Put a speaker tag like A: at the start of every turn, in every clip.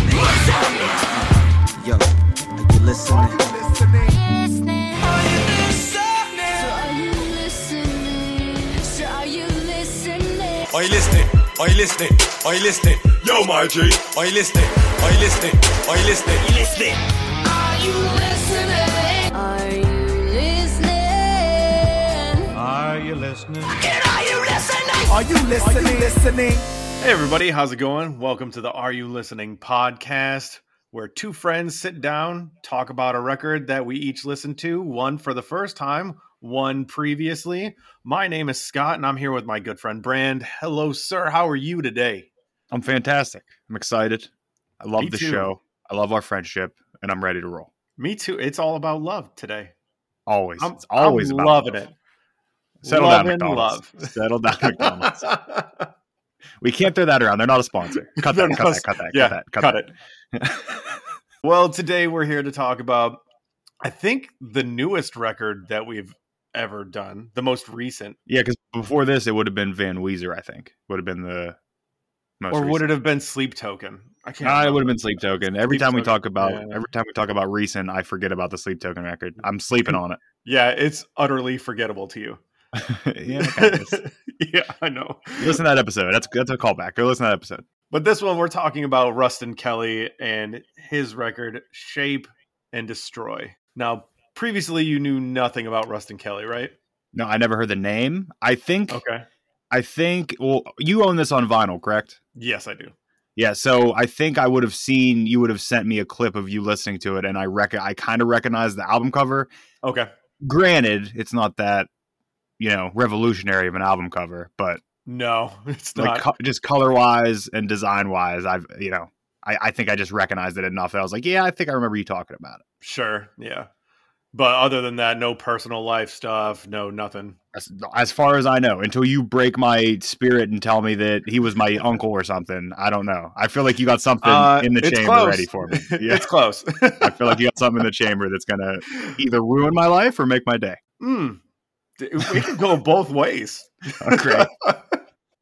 A: you listening? Are you listening? Are you listening?
B: Are you listening? Are you listening? Are you listening? Yo, my G. Are you listening? Are you listening? Are you listening? Listening.
C: Are you listening? Are you listening?
D: Are you listening?
C: Are you listening?
A: Are you listening? Are you listening?
D: Hey, everybody, how's it going? Welcome to the Are You Listening podcast, where two friends sit down, talk about a record that we each listened to, one for the first time, one previously. My name is Scott, and I'm here with my good friend Brand. Hello, sir. How are you today?
E: I'm fantastic. I'm excited. I love
D: Me
E: the
D: too.
E: show. I love our friendship, and I'm ready to roll.
D: Me too. It's all about love today.
E: Always,
D: I'm
E: it's always
D: I'm
E: about
D: loving
E: love.
D: it.
E: Settle
D: Love
E: down,
D: and
E: McDonald's.
D: love.
E: Settle down, McDonald's. we can't throw that around. They're not a sponsor. Cut
D: They're
E: that.
D: not
E: Cut
D: a-
E: that. Cut that.
D: yeah,
E: cut that.
D: cut it.
E: that.
D: Well, today we're here to talk about, I think, the newest record that we've ever done, the most recent,
E: yeah, because before this, it would have been Van Weezer. I think would have been the most.
D: or
E: recent.
D: would it have been Sleep Token? I can't.
E: Nah, Ah, it
D: remember.
E: would have been Sleep Token. Every
D: Sleep
E: time we
D: Token,
E: talk about
D: yeah.
E: every time we talk about recent, I forget about the Sleep Token record. I'm sleeping on it.
D: Yeah, it's utterly forgettable to you.
E: yeah, kind of.
D: yeah, I know.
E: listen to that episode. That's that's a callback. Go listen to that episode.
D: But this one, we're talking about Rustin Kelly and his record, Shape and Destroy. Now, previously, you knew nothing about Rustin Kelly, right?
E: No, I never heard the name. I think
D: Okay.
E: I think well you own this on vinyl, correct?
D: Yes, I do.
E: Yeah, so I think I would have seen you would have sent me a clip of you listening to it and I rec- I kind of recognize the album cover.
D: Okay.
E: Granted, it's not that you know, revolutionary of an album cover, but
D: No, it's not.
E: like co- just color-wise and design-wise, I've you know, I, I think I just recognized it enough that I was like, yeah, I think I remember you talking about it.
D: Sure. Yeah. But other than that, no personal life stuff, no nothing.
E: As, as far as I know, until you break my spirit and tell me that he was my uncle or something, I don't know. I feel like you got something in the
D: Uh, it's
E: chamber
D: close.
E: ready for me. Yeah.
D: it's close.
E: I feel like you got something in the chamber that's gonna either ruin my life or make my day.
D: mm. We could go both ways.
E: Great.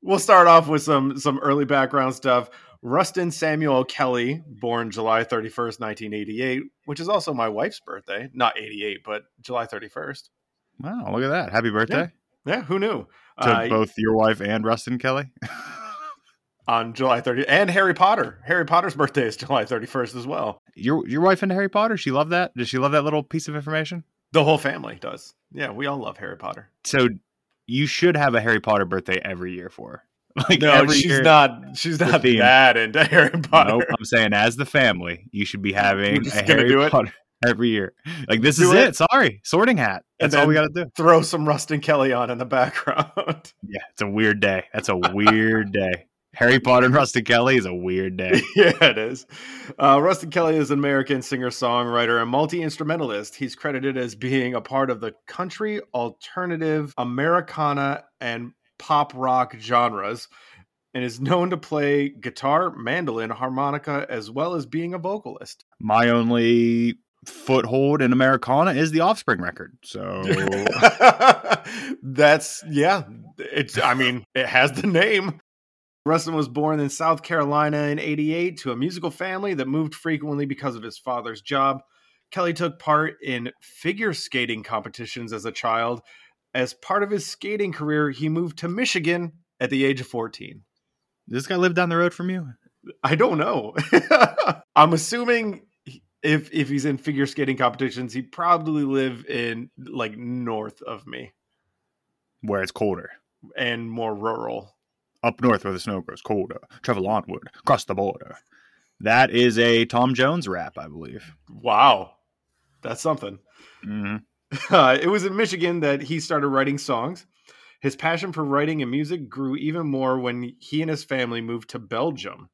D: we'll start off with some some early background stuff. Rustin Samuel Kelly, born July 31st, 1988, which is also my wife's birthday. Not 88, but July 31st.
E: Wow, look at that! Happy birthday
D: Yeah, who knew?
E: to
D: Uh,
E: both your wife and Rustin Kelly.
D: on July 30th. And Harry Potter. Harry Potter's birthday is July 31st as well.
E: your your wife into Harry Potter? She loved that. Does she love that little piece of information?
D: The whole family does. Yeah, we all love Harry Potter.
E: So you should have a Harry Potter birthday every year for her. like
D: No,
E: every
D: she's
E: year.
D: not. She's
E: the
D: not
E: theme.
D: that into Harry Potter.
E: Nope, I'm saying as the family, you should be
D: We're
E: having a
D: just gonna
E: Harry
D: do it.
E: Potter every year. Like this
D: Do
E: is
D: it.
E: it. Sorry, Sorting Hat.
D: And
E: That's all we
D: then-
E: got to do.
D: Throw some Rustin Kelly on in the background.
E: Yeah, it's a weird day. That's a weird day. Harry Potter and Rustin Kelly is a weird day.
D: yeah, it is. Uh, Rustin Kelly is an American singer, songwriter, and multi instrumentalist. He's credited as being a part of the country, alternative, Americana, and pop rock genres, and is known to play guitar, mandolin, harmonica, as well as being a vocalist.
E: my only foothold in Americana is the Offspring record. So
D: That's yeah. It's I mean, it has the name. Rustin was born in South Carolina in 88 to a musical family that moved frequently because of his father's job. Kelly took part in figure skating competitions as a child. As part of his skating career, he moved to Michigan at the age of 14.
E: this guy lived down the road from you.
D: I don't know. I'm assuming if if he's in figure skating competitions, he'd probably live in like north of me
E: where it's colder.
D: and more rural.
E: Up north where the snow grows colder. Travel onward, across the border. That is a Tom Jones rap, I believe.
D: Wow, that's something.
E: hmm
D: Uh, it was in Michigan that he started writing songs. His passion for writing and music grew even more when he and his family moved to Belgium.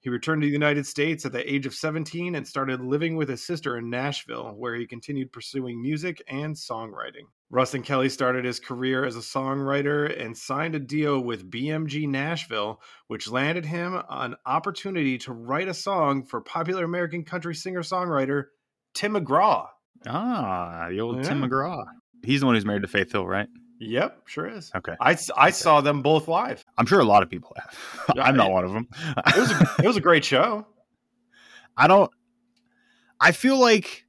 D: He returned to the United States at the age of 17 and started living with his sister in Nashville, where he continued pursuing music and songwriting. Rustin Kelly started his career as a songwriter and signed a deal with BMG Nashville, which landed him an opportunity to write a song for popular American country singer songwriter Tim McGraw.
E: Ah, the old Tim
D: Yeah.
E: McGraw. He's the one who's married to Faith Hill, right?
D: Yep, sure is.
E: Okay.
D: I, s- I saw them both live.
E: I'm sure a lot of people have.
D: Yeah,
E: I'm not
D: it-
E: one of them.
D: It was a, it was a great show.
E: I don't. I feel like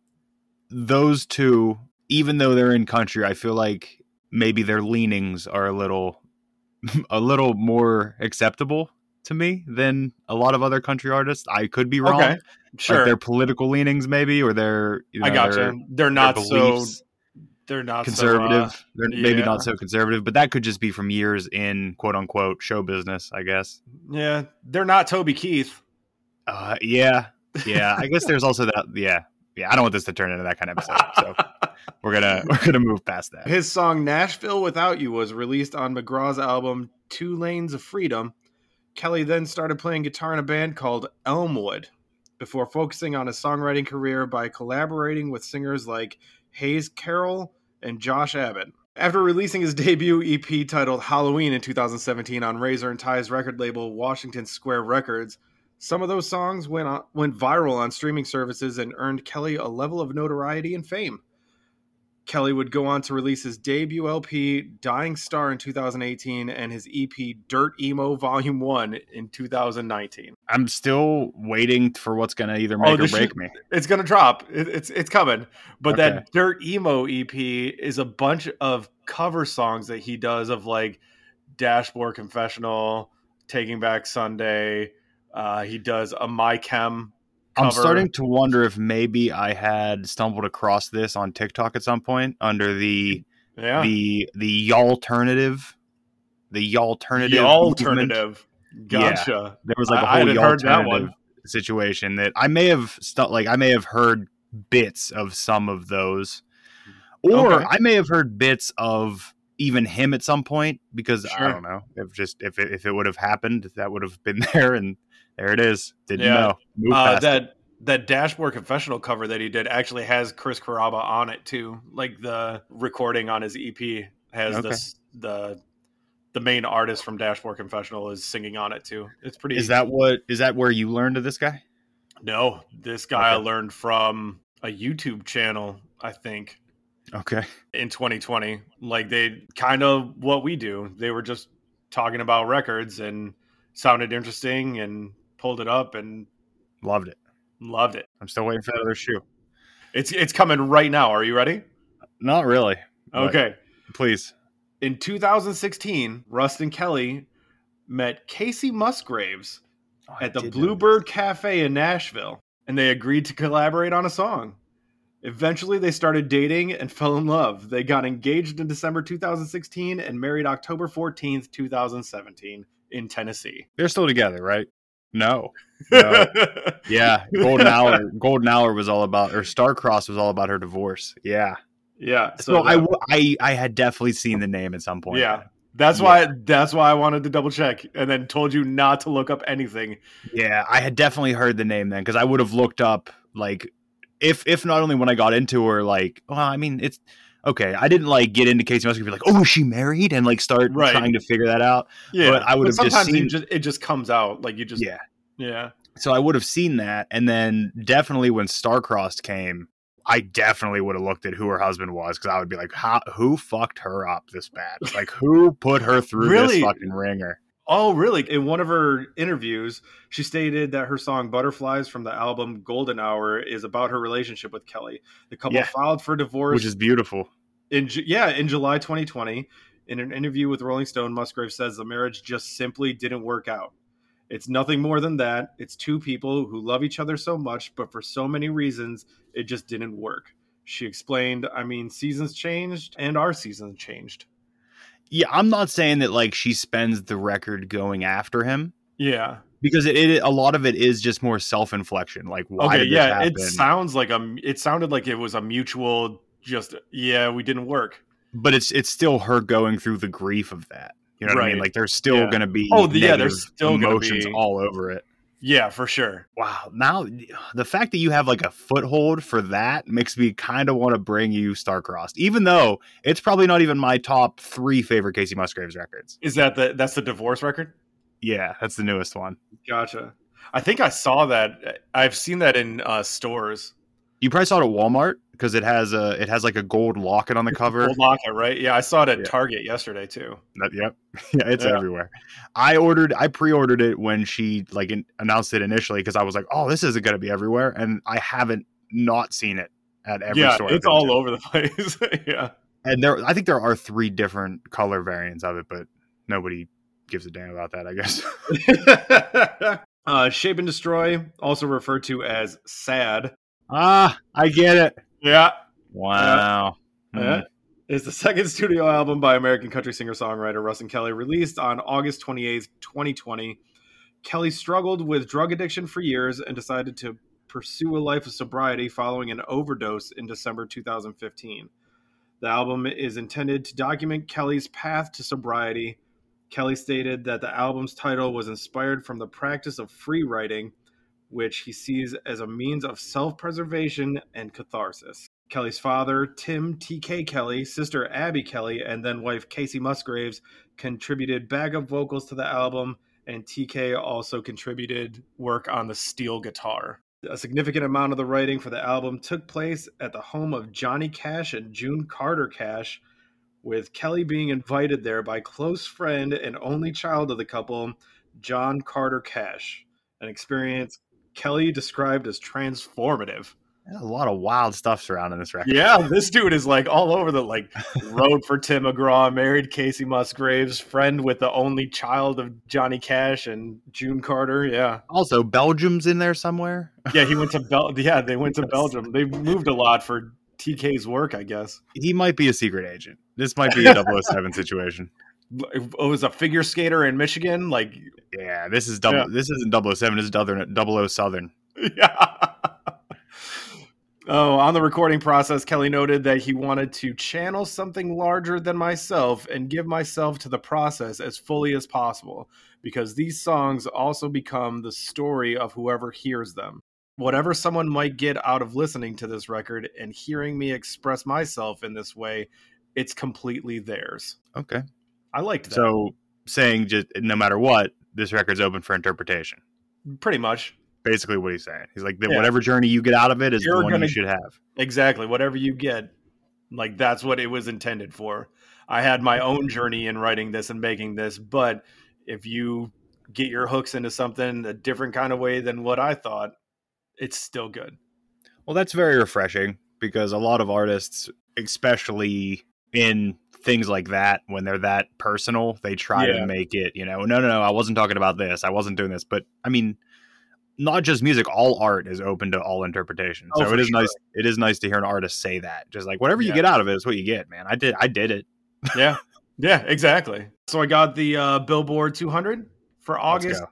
E: those two, even though they're in country, I feel like maybe their leanings are a little, a little more acceptable to me than a lot of other country artists. I could be wrong.
D: Okay,
E: Like
D: sure.
E: their political leanings, maybe, or their. You know,
D: I gotcha.
E: their-
D: They're, not so they're not so, uh,
E: conservative. they're maybe
D: yeah.
E: not so conservative, but that could just be from years in quote unquote show business, I guess.
D: yeah, they're not Toby Keith.
E: Uh, yeah, yeah. I guess there's also that. Yeah, yeah. I don't want this to turn into that kind of episode, so we're gonna we're gonna move past that.
D: His song "Nashville Without You" was released on McGraw's album Two Lanes of Freedom." Kelly then started playing guitar in a band called Elmwood, before focusing on his songwriting career by collaborating with singers like Hayes Carroll and Josh Abbott. After releasing his debut EP titled Halloween in 2017 on Razor and Tie's record label Washington Square Records, some of those songs went on, went viral on streaming services and earned Kelly a level of notoriety and fame. Kelly would go on to release his debut LP Dying Star in 2018 and his EP Dirt Emo Volume 1 in 2019.
E: I'm still waiting for what's gonna either make or
D: Oh, this
E: break
D: should-
E: me.
D: It's going to drop. It- it's it's coming. But
E: Okay.
D: that Dirt Emo EP is a bunch of cover songs that he does of like Dashboard Confessional, Taking Back Sunday. Uh, he does a My Chem
E: I'm
D: cover.
E: starting to wonder if maybe I had stumbled across this on TikTok at some point under the
D: Yeah.
E: the the y'all alternative, the y'all alternative,
D: The alternative.
E: Yeah.
D: Gotcha.
E: there was like
D: I-
E: a
D: I
E: whole
D: hadn't
E: y'all
D: heard that
E: alternative situation that I may have stu- like I may have heard bits of some of those, or
D: Okay.
E: I may have heard bits of even him at some point because
D: Sure.
E: I don't know if just if it, if it would have happened that would have been there and there it is didn't
D: Yeah.
E: know Move
D: Uh,
E: past it.
D: that that dashboard confessional cover that he did actually has Chris Caraba on it too. Like the recording on his EP has
E: Okay.
D: this the the main artist from Dashboard Confessional is singing on it too. It's pretty.
E: is that what is that where you learned of this guy
D: no? This guy I
E: Okay.
D: learned from a YouTube channel, I think,
E: okay
D: in 2020. Like they kind of what we do. They were just talking about records and sounded interesting and pulled it up and
E: loved it
D: loved it.
E: I'm still waiting for that other shoe
D: It's it's coming right now. Are you ready?
E: not really but
D: Okay.
E: please
D: In 2016, Rustin Kelly met Casey Musgraves
E: Oh, I
D: at the
E: did know
D: Bluebird Cafe in Nashville, and they agreed to collaborate on a song. Eventually, they started dating and fell in love. They got engaged in December 2016 and married October 14th, 2017 in Tennessee.
E: they're still together right no no Yeah, Golden Hour. Golden Hour was all about, or Starcross was all about her divorce. Yeah.
D: yeah.
E: So, I,
D: that-
E: w- I, I had definitely seen the name at some point.
D: Yeah. That's
E: Yeah.
D: why that's why I wanted to double check and then told you not to look up anything.
E: Yeah, I had definitely heard the name then because I would have looked up like if if not only when I got into her like well I mean it's okay I didn't like get into Casey Musgrave be like oh is she married and like start
D: Right.
E: trying to figure that out But I would have just
D: sometimes you
E: seen-
D: just, it just comes out like you just
E: yeah
D: yeah.
E: so I would have seen that and then definitely when Starcrossed came I definitely would have looked at who her husband was because I would be like how, who fucked her up this bad like who put her through
D: Really?
E: this fucking ringer
D: Oh, really? In one of her interviews, she stated that her song Butterflies from the album Golden Hour is about her relationship with Kelly. The couple
E: Yeah.
D: filed for divorce
E: which is beautiful
D: in Ju- yeah, in July 2020. In an interview with Rolling Stone, Musgrave says the marriage just simply didn't work out. It's nothing more than that. It's two people who love each other so much, but for so many reasons, it just didn't work. She explained, I mean, seasons changed and our season changed.
E: Yeah, I'm not saying that like she spends the record going after him
D: Yeah.
E: because it, it a lot of it is just more self inflection. Like, why
D: okay.
E: did this
D: Yeah.
E: happen?
D: It sounds like a, it sounded like it was a mutual, just, yeah, we didn't work.
E: but it's it's still her going through the grief of that. You know what I mean?
D: Right.
E: Like, there's still
D: Yeah.
E: going to be
D: Oh, the- yeah,
E: negative
D: there's still gonna
E: emotions
D: be-
E: all over it.
D: Yeah, for sure.
E: Wow. Now, the fact that you have like a foothold for that makes me kind of want to bring you Starcrossed, even though it's probably not even my top three favorite Casey Musgraves records.
D: Is that the, that's the divorce record?
E: Yeah, that's the newest one.
D: Gotcha. I think I saw that. uh, I've seen that in uh, stores.
E: You probably saw it at Walmart because it has a it has like a gold locket on the cover.
D: Old Locker, right? Yeah, I saw it at
E: Yeah.
D: Target yesterday too.
E: That- yep, yeah, it's
D: Yeah.
E: everywhere. I ordered, I pre-ordered it when she like in, announced it initially because I was like, oh, this isn't going to be everywhere, and I haven't not seen it at every
D: yeah,
E: store. I've
D: it's
E: been
D: all
E: to.
D: over the place. yeah.
E: and there I think there are three different color variants of it, but nobody gives a damn about that, I guess.
D: uh, Shape and Destroy, also referred to as Sad.
E: ah, I get it.
D: Yeah.
E: Wow. Hmm. Mm-hmm.
D: Yeah. Uh, Is the second studio album by American country singer songwriter Russ and Kelly, released on August 28th, 2020. Kelly struggled with drug addiction for years and decided to pursue a life of sobriety following an overdose in December 2015. The album is intended to document Kelly's path to sobriety. Kelly stated that the album's title was inspired from the practice of free writing, which he sees as a means of self preservation and catharsis. Kelly's father, Tim T.K. Kelly, sister Abby Kelly, and then wife Casey Musgraves contributed backup vocals to the album, and T.K. also contributed work on the steel guitar. A significant amount of the writing for the album took place at the home of Johnny Cash and June Carter Cash, with Kelly being invited there by close friend and only child of the couple, John Carter Cash, an experience Kelly described as transformative.
E: There's a lot of wild stuff surrounding this record.
D: Yeah, this dude is like all over the like road for Tim McGraw, married Casey Musgraves, friend with the only child of Johnny Cash and June Carter. Yeah.
E: Also, Belgium's in there somewhere.
D: Yeah, he went to Bel yeah, they went to
E: Yes.
D: Belgium. They moved a lot for TK's work, I guess.
E: He might be a secret agent. This might be a 007 situation.
D: It was a figure skater in Michigan, like
E: Yeah, this is double.
D: Yeah.
E: This isn't 007. This is double, double O Southern.
D: yeah. Oh, on the recording process, Kelly noted that he wanted to channel something larger than myself and give myself to the process as fully as possible because these songs also become the story of whoever hears them. Whatever someone might get out of listening to this record and hearing me express myself in this way, it's completely theirs.
E: Okay.
D: I liked that.
E: So saying just no matter what, this record's open for interpretation.
D: pretty much.
E: Basically, what he's saying. He's like, that
D: Yeah.
E: whatever journey you get out of it is
D: You're
E: the one
D: gonna-
E: you should have.
D: Exactly. Whatever you get, like that's what it was intended for. I had my own journey in writing this and making this, but if you get your hooks into something a different kind of way than what I thought, it's still good.
E: Well, that's very refreshing because a lot of artists, especially in things like that, when they're that personal, they try
D: Yeah.
E: to make it, you know, no, no, no, I wasn't talking about this. I wasn't doing this. But I mean, not just music, all art is open to all interpretation.
D: Oh,
E: so
D: for
E: it is
D: sure.
E: nice. It is nice to hear an artist say that. Just like whatever you
D: Yeah.
E: get out of it is what you get, man. I did. I did it.
D: Yeah. yeah, exactly. So I got the uh, Billboard 200 for
E: Let's
D: August
E: go.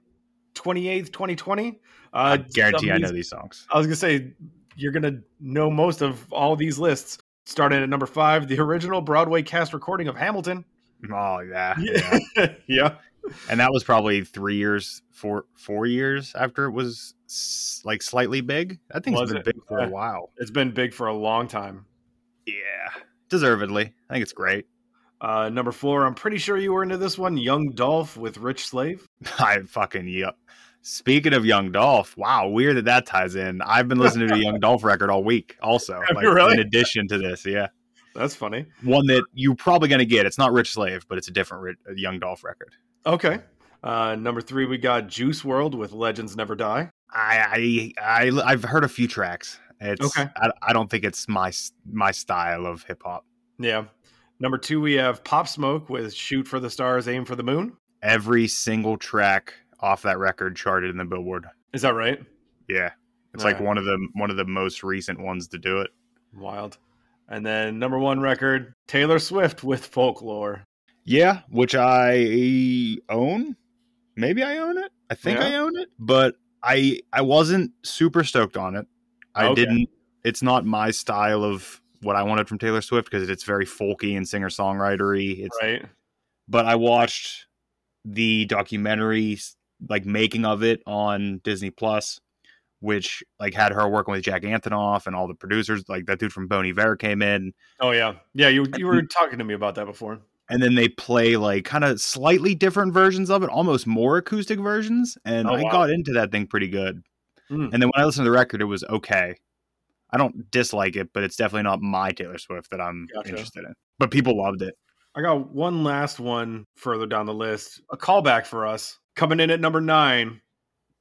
D: 28th, 2020. Uh,
E: I guarantee
D: some
E: I
D: of
E: know
D: these-
E: these songs.
D: I was going to say, you're going to know most of all these lists. Starting at number five, the original Broadway cast recording of Hamilton.
E: Oh yeah, yeah.
D: Yeah. yeah.
E: And that was probably three years, four four years after it was s- like slightly big. That thing's
D: Was
E: been
D: it?
E: big for
D: Yeah.
E: a while.
D: It's been big for a long time.
E: Yeah, deservedly. I think it's great.
D: Uh, number four, I'm pretty sure you were into this one, Young Dolph with Rich Slave.
E: I fucking yup. Speaking of Young Dolph, wow, weird that that ties in. I've been listening to a Young Dolph record all week, also.
D: Have
E: Like,
D: you really?
E: In addition to this, yeah,
D: That's funny.
E: one that you're probably gonna get. It's not Rich Slave, but it's a different ri- uh, Young Dolph record.
D: Okay. Uh, number three, we got Juice World with Legends Never Die.
E: I I, I I've heard a few tracks. It's
D: Okay.
E: I, I don't think it's my s- my style of hip hop.
D: Yeah. Number two, we have Pop Smoke with Shoot for the Stars, Aim for the Moon.
E: Every single track off that record charted in the Billboard.
D: Is that right?
E: Yeah, it's
D: All
E: like
D: right.
E: one of the one of the most recent ones to do it.
D: Wild. And then number one record, Taylor Swift with Folklore.
E: Yeah, which I own. Maybe I own it. I think
D: Yeah.
E: I own it, but I I wasn't super stoked on it. I
D: Okay.
E: didn't. It's not my style of what I wanted from Taylor Swift because it's very folky and singer songwritery. It's
D: Right.
E: but I watched the documentary like making of it on Disney Plus, which like had her working with Jack Antonoff and all the producers. Like that dude from Boney Iver came in,
D: Oh yeah. Yeah, you you were talking to me about that before.
E: and then they play like kind of slightly different versions of it, almost more acoustic versions. And
D: Oh,
E: I
D: wow.
E: got into that thing pretty good.
D: Mm.
E: And then when I listened to the record, it was okay. I don't dislike it, but it's definitely not my Taylor Swift that I'm
D: Gotcha.
E: interested in. But people loved it.
D: I got one last one further down the list. A callback for us. Coming in at number nine,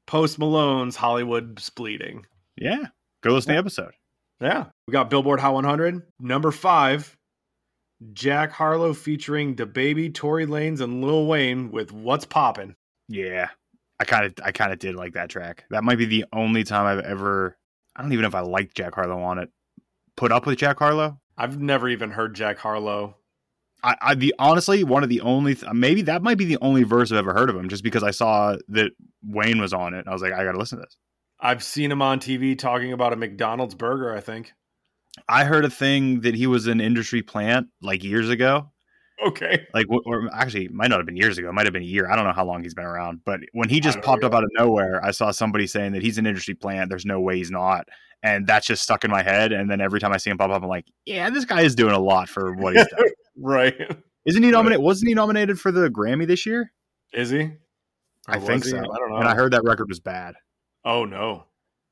D: Post Malone's Hollywood's Bleeding.
E: Yeah. Go listen to the episode.
D: Yeah. We got Billboard Hot 100. Number five, Jack Harlow featuring the baby, Tory Lanez, and Lil Wayne with What's Poppin'.
E: Yeah. I kind of I kind of did like that track. That might be the only time I've ever I don't even know if I liked Jack Harlow on it. Put up with Jack Harlow?
D: I've never even heard Jack Harlow.
E: I, I the honestly one of the only th- maybe that might be the only verse I've ever heard of him just because I saw that Wayne was on it. I was like I got to listen to this.
D: I've seen him on TV talking about a McDonald's burger, I think.
E: I heard a thing that he was an industry plant like years ago.
D: Okay.
E: Like wh- or actually it might not have been years ago. It might have been a year. I don't know how long he's been around, but when he just
D: don't
E: popped up out of nowhere, I saw somebody saying that he's an industry plant. There's no way he's not. and that's just stuck in my head. And then every time I see him pop up, I'm like, yeah, this guy is doing a lot for what he's done.
D: Right.
E: Isn't he nominated? Wasn't he nominated for the Grammy this year?
D: Is he? Or
E: I think
D: was he?
E: so.
D: I don't know.
E: And I heard that record was bad.
D: oh, no.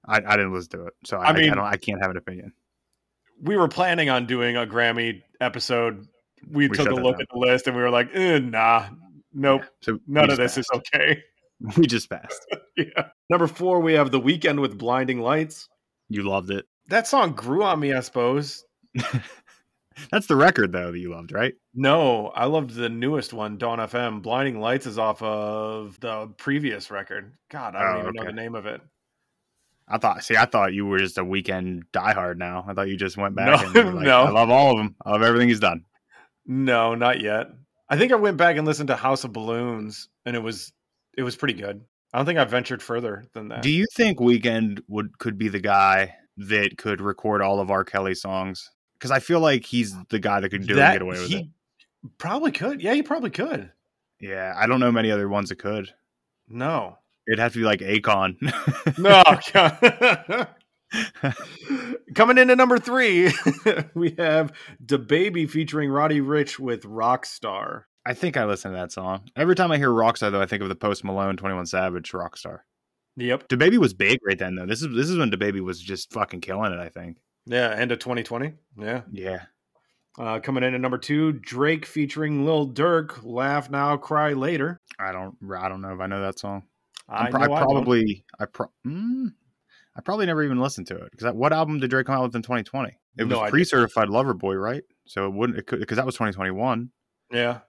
E: I, I didn't listen to it, so
D: I
E: I, I,
D: mean-
E: don't, I can't have an opinion.
D: We were planning on doing a Grammy episode. We,
E: We
D: took a
E: shut that
D: look
E: down.
D: at the list and we were like, eh, nah, nope.
E: So
D: None
E: we
D: of this
E: just
D: is okay.
E: passed. We just passed.
D: yeah. Number four, we have The Weekend with Blinding Lights.
E: You loved it.
D: That song grew on me, I suppose.
E: That's the record though that you loved, right?
D: No, I loved the newest one, Dawn FM. Blinding Lights is off of the previous record. God, I don't
E: Oh,
D: even know
E: okay.
D: the name of it.
E: I thought. See, I thought you were just a weekend diehard. Now I thought you just went back.
D: No,
E: and you were like,
D: no.
E: I love all of them. I love everything he's done.
D: No, not yet. I think I went back and listened to House of Balloons, and it was it was pretty good. I don't think I ventured further than that.
E: Do you think Weekend would could be the guy that could record all of R. Kelly songs? Because I feel like he's the guy that could do it and get away with
D: he
E: it.
D: Probably could. Yeah, he probably could.
E: Yeah, I don't know many other ones that could.
D: No,
E: It'd have to be like Akon.
D: no. God. Coming in at number three, we have "The Baby" featuring Roddy Rich with Rockstar.
E: I think I listen to that song every time I hear Rockstar. Though I think of the Post Malone, Twenty One Savage, Rockstar.
D: Yep.
E: Da Baby was big right then, though. This is this is when Da Baby was just fucking killing it. I think.
D: Yeah, end of 2020. Yeah.
E: Yeah,
D: Uh, coming in at number two, Drake featuring Lil Durk, "Laugh Now, Cry Later."
E: I don't. I don't know if I know that song.
D: I,
E: I'm pro- I,
D: know I don't.
E: probably I, pro- mm, I probably never even listened to it because what album did Drake come out with in 2020? It was
D: No idea.
E: pre-certified Lover Boy, right? So it wouldn't it could because that was 2021.
D: yeah.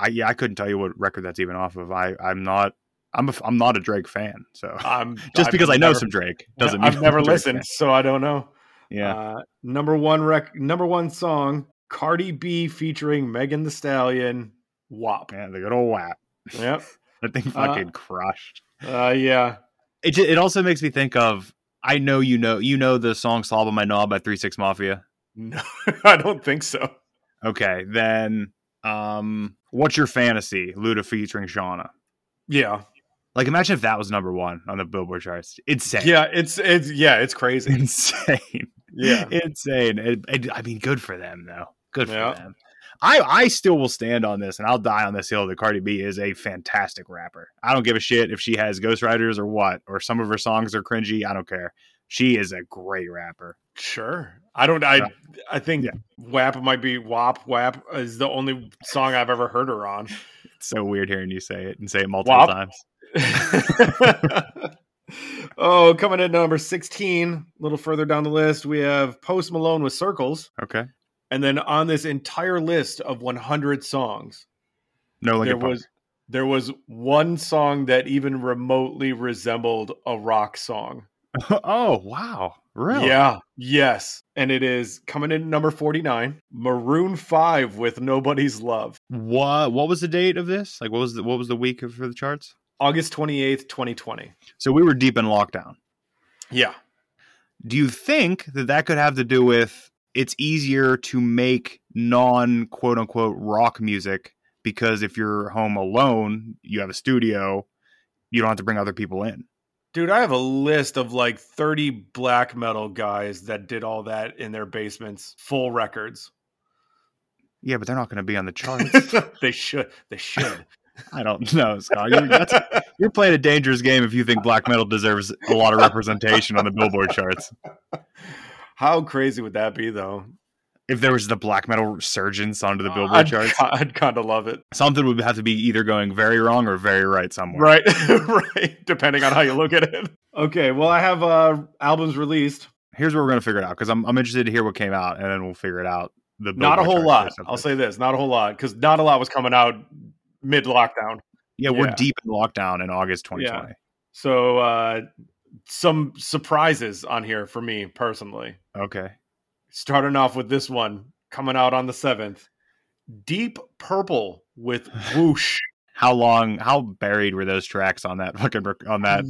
E: I yeah, I couldn't tell you what record that's even off of. I I'm not I'm a, f- I'm not a Drake fan. So
D: I'm
E: just
D: I've
E: because I know
D: never-
E: some Drake doesn't mean
D: I've
E: I'm
D: never
E: a Drake
D: listened,
E: fan.
D: so I don't know.
E: Yeah,
D: Uh, number one rec- number one song, Cardi B featuring Megan the Stallion, WAP.
E: yeah, the good old WAP.
D: Yep.
E: That thing
D: Uh,
E: fucking crushed.
D: Uh, yeah.
E: Uh-huh. It ju- it also makes me think of I know you know you know the song "Slob on My Knob" by Three Six Mafia.
D: No, I don't think so.
E: Okay, then um, what's your fantasy? Luda featuring Shauna.
D: Yeah.
E: Like, imagine if that was number one on the Billboard charts. Insane.
D: Yeah, it's it's yeah, it's crazy.
E: insane.
D: Yeah.
E: insane. It- it- I mean, good for them though. Good for
D: Yeah.
E: them. I I still will stand on this, and I'll die on this hill that Cardi B is a fantastic rapper. I don't give a shit if she has ghostwriters or what, or some of her songs are cringy. I don't care. She is a great rapper.
D: Sure. I don't I
E: Yeah.
D: I think
E: Yeah.
D: WAP might be WAP WAP is the only song I've ever heard her on.
E: It's so weird hearing you say it and say it multiple
D: Wop.
E: times.
D: oh, coming in at number 16, a little further down the list, we have Post Malone with Circles.
E: Okay.
D: And then on this entire list of 100 songs,
E: No, Linkin
D: there
E: Park.
D: was There was one song that even remotely resembled a rock song.
E: oh wow, really?
D: Yeah, yes. And it is coming in at number 49, Maroon 5 with Nobody's Love.
E: What What was the date of this? Like, what was the what was the week of, for the charts?
D: August 28th, 2020.
E: So we were deep in lockdown.
D: Yeah.
E: Do you think that that could have to do with it's easier to make non quote unquote rock music because if you're home alone, you have a studio, you don't have to bring other people in.
D: Dude, I have a list of like 30 black metal guys that did all that in their basements, full records.
E: Yeah, but they're not going to be on the charts.
D: they should. They should.
E: I don't know, Scott. You're, that's, you're playing a dangerous game if you think black metal deserves a lot of representation on the Billboard charts.
D: How crazy would that be, though? Uh,
E: If there was the black metal resurgence onto the Billboard
D: I'd,
E: charts,
D: I'd kind of love it.
E: something would have to be either going very wrong or very right somewhere.
D: Right, right. Depending on how you look at it. Okay, well, I have uh albums released.
E: Here's what we're going to figure it out because I'm, I'm interested to hear what came out, and then we'll figure it out. The
D: not a
E: Billboard
D: whole
E: charts
D: lot.
E: or
D: I'll
E: something.
D: say this, not a whole lot, because not a lot was coming out mid lockdown.
E: yeah, we're
D: yeah.
E: deep in lockdown in August 2020.
D: So uh some surprises on here for me personally.
E: Okay,
D: Starting off with this one coming out on the seventh. Deep Purple with Whoosh.
E: how long? How buried were those tracks on that fucking rec- on that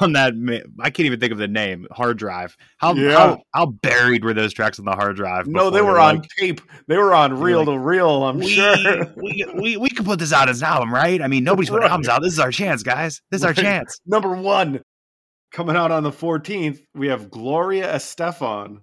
E: on that ma- I can't even think of the name hard drive. How
D: Yeah.
E: how, how buried were those tracks on the hard drive?
D: no,
E: before
D: they were
E: were
D: on
E: like,
D: tape. They were on
E: were
D: reel
E: like,
D: to reel, I'm
E: we,
D: sure.
E: we we we could put this out as an album, right? I mean, nobody's putting
D: Right.
E: albums out. This is our chance, guys. This is our
D: Right.
E: chance.
D: Number one. Coming out on the 14th, we have Gloria Estefan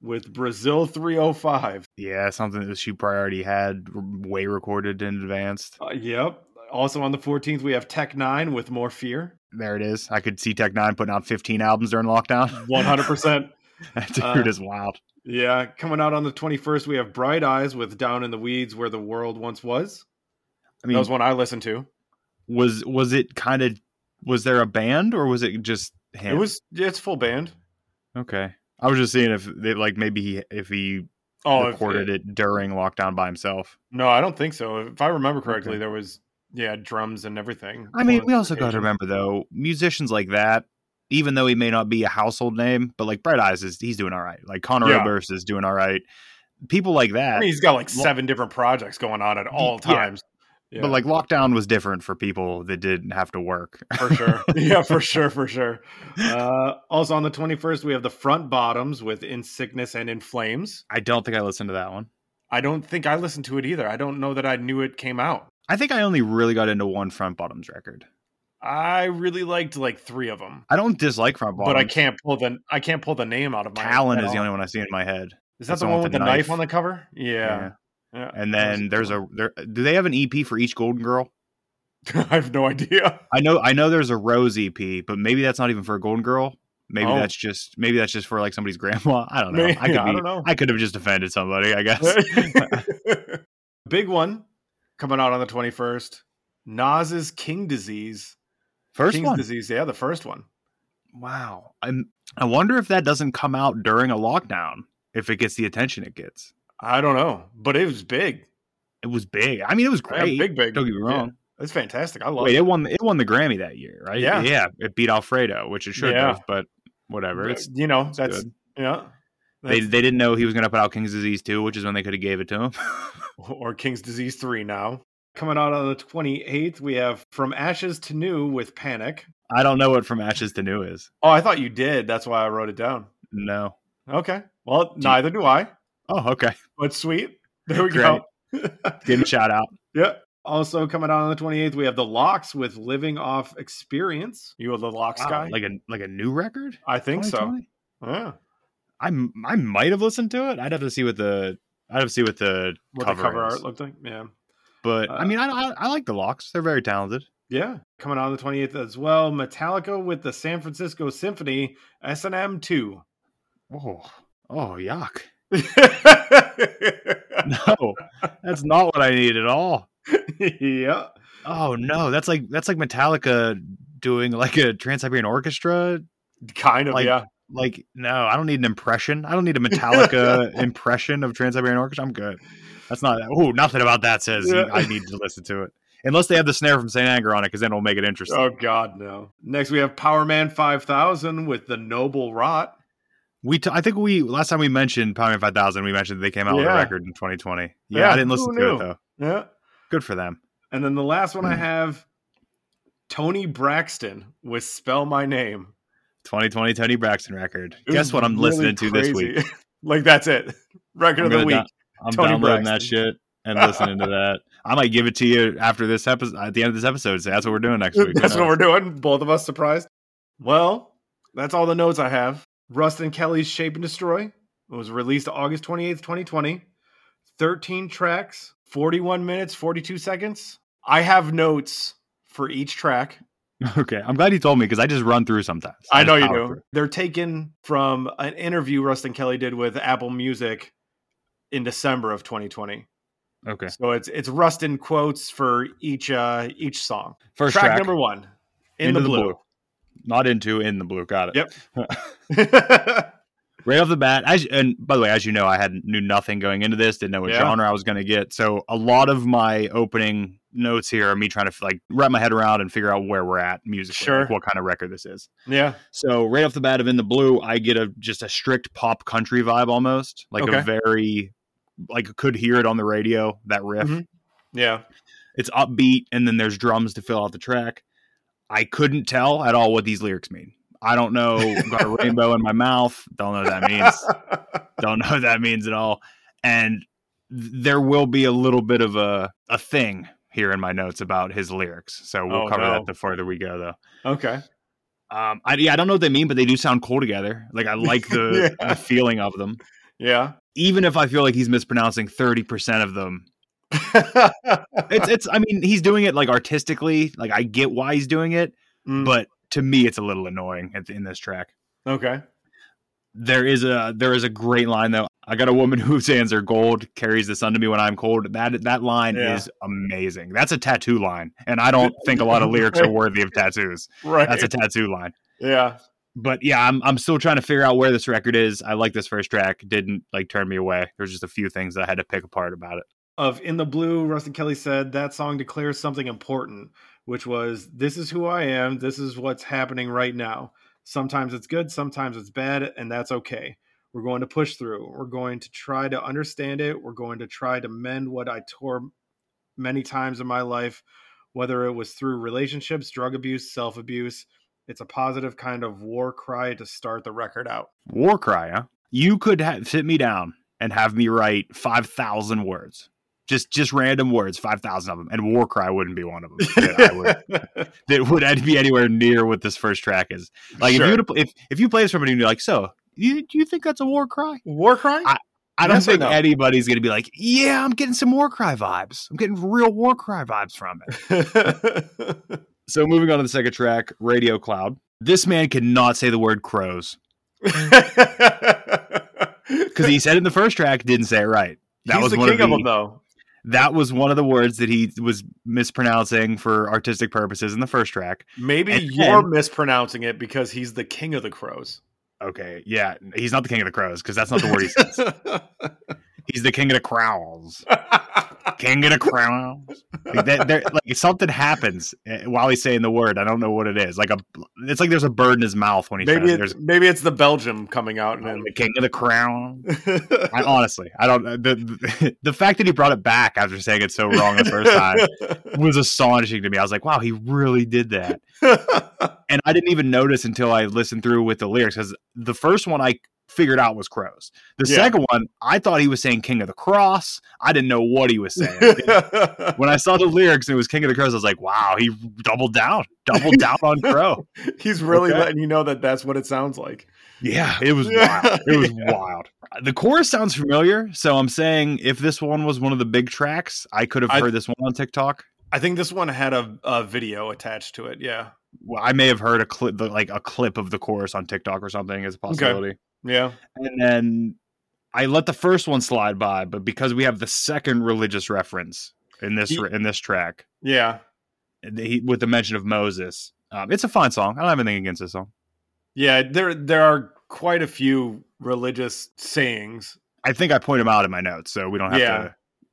D: with Brazil 305.
E: Yeah, something that she priority had way recorded and advanced.
D: Uh, yep. Also on the 14th, we have Tech Nine with More Fear.
E: There it is. I could see Tech Nine putting out 15 albums during lockdown.
D: 100%.
E: that dude
D: Uh,
E: is wild.
D: yeah. Coming out on the 21st, we have Bright Eyes with Down in the Weeds Where the World Once Was.
E: I mean,
D: that
E: was
D: was one I listened to.
E: was, it kind of was there a band or was it just him?
D: It was, yeah, it's full band.
E: okay. I was just seeing if they, like maybe he, if he
D: Oh, if-
E: recorded it during lockdown by himself.
D: No, I don't think so. If I remember correctly,
E: Okay.
D: there was, yeah, drums and everything.
E: I mean,
D: Well,
E: we also got to
D: occasion.
E: remember though, musicians like that, even though he may not be a household name, but like Bright Eyes is he's doing all right. Like Conor
D: Yeah.
E: Oberst is doing all right. People like that.
D: I mean, he's got like
E: Well-
D: seven different projects going on at all
E: Yeah.
D: times. Yeah,
E: But like lockdown was different for people that didn't have to work.
D: for sure. yeah, for sure, for sure. Uh, also on the 21st, we have the front bottoms with In Sickness and In Flames.
E: I don't think I listened to that one.
D: I don't think I listened to it either. I don't know that I knew it came out.
E: I think I only really got into one Front Bottoms record.
D: I really liked like three of them,
E: I don't dislike Front Bottoms,
D: but I can't pull the I can't pull the name out of my.
E: Talon
D: at
E: is the
D: all.
E: only one I see in my head.
D: Is that
E: that's
D: the one with the knife. on the cover? Yeah. yeah.
E: And then there's a there. Do they have an EP for each Golden Girl?
D: I have no idea.
E: I know I know there's a Rose EP, but maybe that's not even for a Golden Girl. Maybe
D: Oh.
E: that's just maybe that's just for like somebody's grandma. I don't know.
D: Maybe-
E: I could
D: I
E: be,
D: don't know.
E: I could have just offended somebody. I guess.
D: Big one coming out on the 21st. Nas's King Disease.
E: First
D: King's
E: one.
D: Disease. Yeah, the first one.
E: Wow. I'm, I wonder if that doesn't come out during a lockdown. If it gets the attention it gets,
D: I don't know, but it was big.
E: it was big. I mean, it was
D: Yeah,
E: great.
D: big, big.
E: Don't get me
D: Yeah.
E: wrong.
D: It's fantastic. I love
E: Wait,
D: it.
E: it won. It won the Grammy that year, right?
D: Yeah.
E: yeah. It beat Alfredo, which it should
D: Yeah.
E: have, but whatever. It's,
D: you know,
E: it's
D: that's
E: good.
D: yeah.
E: they
D: that's-
E: they didn't know he was going to put out King's Disease two, which is when they could have gave it to him.
D: or King's Disease 3 now. Coming out on the 28th, we have From Ashes to New with Panic.
E: I don't know what From Ashes to New is.
D: Oh, I thought you did. That's why I wrote it down.
E: No.
D: Okay. Well, neither do I,
E: Oh, okay.
D: but sweet. There we go.
E: Give him a shout out.
D: yeah. Also coming out on the 28th, we have The Locks with Living Off Experience. You are The Locks guy?
E: Like a like a new record?
D: I think so.
E: 2020?
D: Yeah.
E: I m- I might have listened to it. I'd have to see what the I'd have to see what the
D: What
E: cover,
D: the cover
E: is.
D: art looked like. Yeah.
E: But I
D: Uh,
E: mean, I, I I like the locks. They're very talented.
D: Yeah. Coming out on the 28th as well, Metallica with the San Francisco Symphony, S&M 2.
E: Oh, oh, yuck. No, that's not what I need at all.
D: yeah.
E: Oh no, that's like that's like Metallica doing like a Trans Siberian Orchestra.
D: Kind of,
E: Like,
D: yeah.
E: Like no, I don't need an impression. I don't need a Metallica impression of Trans Siberian Orchestra. I'm good. That's not. Oh, nothing about that says
D: Yeah.
E: I need to listen to it. Unless they have the snare from St. Anger on it, because then it'll make it interesting.
D: Oh God, no. Next we have Power Man Five Thousand with the Noble Rot.
E: We, t- I think we last time we mentioned Power Man Five Thousand. We mentioned they came out with a
D: Yeah.
E: record in 2020. Yeah,
D: Yeah,
E: I didn't
D: who
E: listen to
D: knew?
E: it though.
D: Yeah.
E: Good for them.
D: And then the last
E: Mm.
D: one I have, Tony Braxton with Spell My Name.
E: 2020 Tony Braxton record.
D: It
E: Guess
D: was
E: what? I'm
D: really
E: listening to this
D: crazy.
E: week.
D: like that's it. Record
E: I'm,
D: of the
E: gonna
D: week.
E: do- I'm
D: Tony
E: downloading that
D: Braxton.
E: shit and listening to that. I might give it to you after this episode. At the end of this episode, say that's what we're doing next week. Who
D: That's what
E: knows?
D: we're doing. Both of us surprised. Well, that's all the notes I have. Rust and Kelly's Shape and Destroy It was released August 28th, 2020. 13 tracks, 41 minutes, 42 seconds. I have notes for each track.
E: okay. I'm glad you told me because I just run through sometimes.
D: I know
E: just
D: you
E: power
D: do.
E: through.
D: They're taken from an interview Rust and Kelly did with Apple Music in December of 2020.
E: Okay.
D: So it's it's Rustin quotes for each uh each song.
E: First
D: track,
E: track,
D: number 1. In
E: Into
D: the, blue.
E: Not into in the blue. Got it.
D: Yep.
E: Right off the bat, as and by the way, as you know, I had knew nothing going into this, didn't know what
D: Yeah.
E: genre I was going to get. So a lot of my opening notes here are me trying to like wrap my head around and figure out where we're at musically,
D: Sure.
E: like, what kind of record this is.
D: yeah.
E: So right off the bat of In the Blue, I get a just a strict pop country vibe almost, like a
D: Okay.
E: very like could hear it on the radio that riff.
D: Mhm. Yeah.
E: It's upbeat, and then there's drums to fill out the track. I couldn't tell at all what these lyrics mean. I don't know. Got a rainbow in my mouth. Don't know what that means. don't know what that means at all. And th- there will be a little bit of a a thing here in my notes about his lyrics. So we'll
D: Oh,
E: cover
D: no.
E: that the further we go, though.
D: okay.
E: Um, I, yeah, I don't know what they mean, but they do sound cool together. Like I like the,
D: Yeah.
E: the feeling of them,
D: Yeah.
E: even if I feel like he's mispronouncing thirty percent of them. It's it's. I mean, he's doing it like artistically. Like I get why he's doing it,
D: Mm,
E: but to me, it's a little annoying at, in this track.
D: okay.
E: There is a there is a great line though. I got a woman whose hands are gold carries the sun to me when I'm cold. That that line
D: Yeah.
E: is amazing. That's a tattoo line, and I don't think a lot of lyrics are worthy of tattoos.
D: Right.
E: That's a tattoo line.
D: yeah.
E: but yeah, I'm I'm still trying to figure out where this record is. I like this first track. Didn't like turn me away. There's just a few things I had to pick apart about it.
D: Of In the Blue, Rustin Kelly said that song declares something important, which was this is who I am, this is what's happening right now. Sometimes it's good, sometimes it's bad, and that's okay. We're going to push through. We're going to try to understand it. We're going to try to mend what I tore many times in my life, whether it was through relationships, drug abuse, self abuse. It's a positive kind of war cry to start the record out.
E: War cry, huh? You could ha- sit me down and have me write five thousand words, just just random words, five thousand of them, and war cry wouldn't be one of them. That, I would, that would I'd be anywhere near what this first track is. Like
D: Sure.
E: if you were to, pl- if if you play with somebody and you're like, so you, do you think that's a war cry?
D: War cry?
E: I don't
D: Yes or
E: think
D: no?
E: anybody's gonna be like, yeah, I'm getting some war cry vibes. I'm getting real war cry vibes from it. So moving on to the second track, Radio Cloud. This man cannot say the word crows because he said it in the first track, didn't say it right. That
D: He's
E: was
D: the
E: one
D: king
E: of
D: of,
E: the,
D: them, though.
E: that was one of the words that he was mispronouncing for artistic purposes in the first track.
D: Maybe
E: And
D: you're
E: then-
D: mispronouncing it because he's the king of the crows.
E: Okay, yeah, he's not the king of the crows because that's not the word he says. He's the king of the crows. King of the crows. Like, that- there- like something happens eh, while he's saying the word. I don't know what it is. Like a, it's like there's a bird in his mouth when he
D: maybe
E: says. it.
D: it's,
E: There's
D: maybe it's the Belgium coming out in
E: I'm
D: him.
E: the king of the crown. I honestly, I don't. The, the the fact that he brought it back after saying it so wrong the first time was astonishing to me. I was like, wow, he really did that, and I didn't even notice until I listened through with the lyrics because the first one I figured out was crows. The
D: Yeah.
E: second one, I thought he was saying King of the Cross. I didn't know what he was saying. when I saw the lyrics and it was King of the Crows, I was like, wow, he doubled down, doubled down on crow.
D: he's really
E: Okay.
D: letting you know that that's what it sounds like.
E: Yeah, it was
D: Yeah.
E: wild. It was wild. The chorus sounds familiar, so I'm saying if this one was one of the big tracks, I could have
D: I-
E: heard this one on TikTok.
D: I think this one had a, a video attached to it. Yeah,
E: Well, I may have heard a clip, like a clip of the chorus on TikTok or something, as a possibility.
D: yeah.
E: And then I let the first one slide by, but because we have the second religious reference in this
D: Ye-
E: in this track,
D: Yeah.
E: and he- with the mention of Moses, um, it's a fine song. I don't have anything against this song.
D: Yeah, there there are quite a few religious sayings.
E: I think I point them out in my notes, so we don't have
D: Yeah.
E: to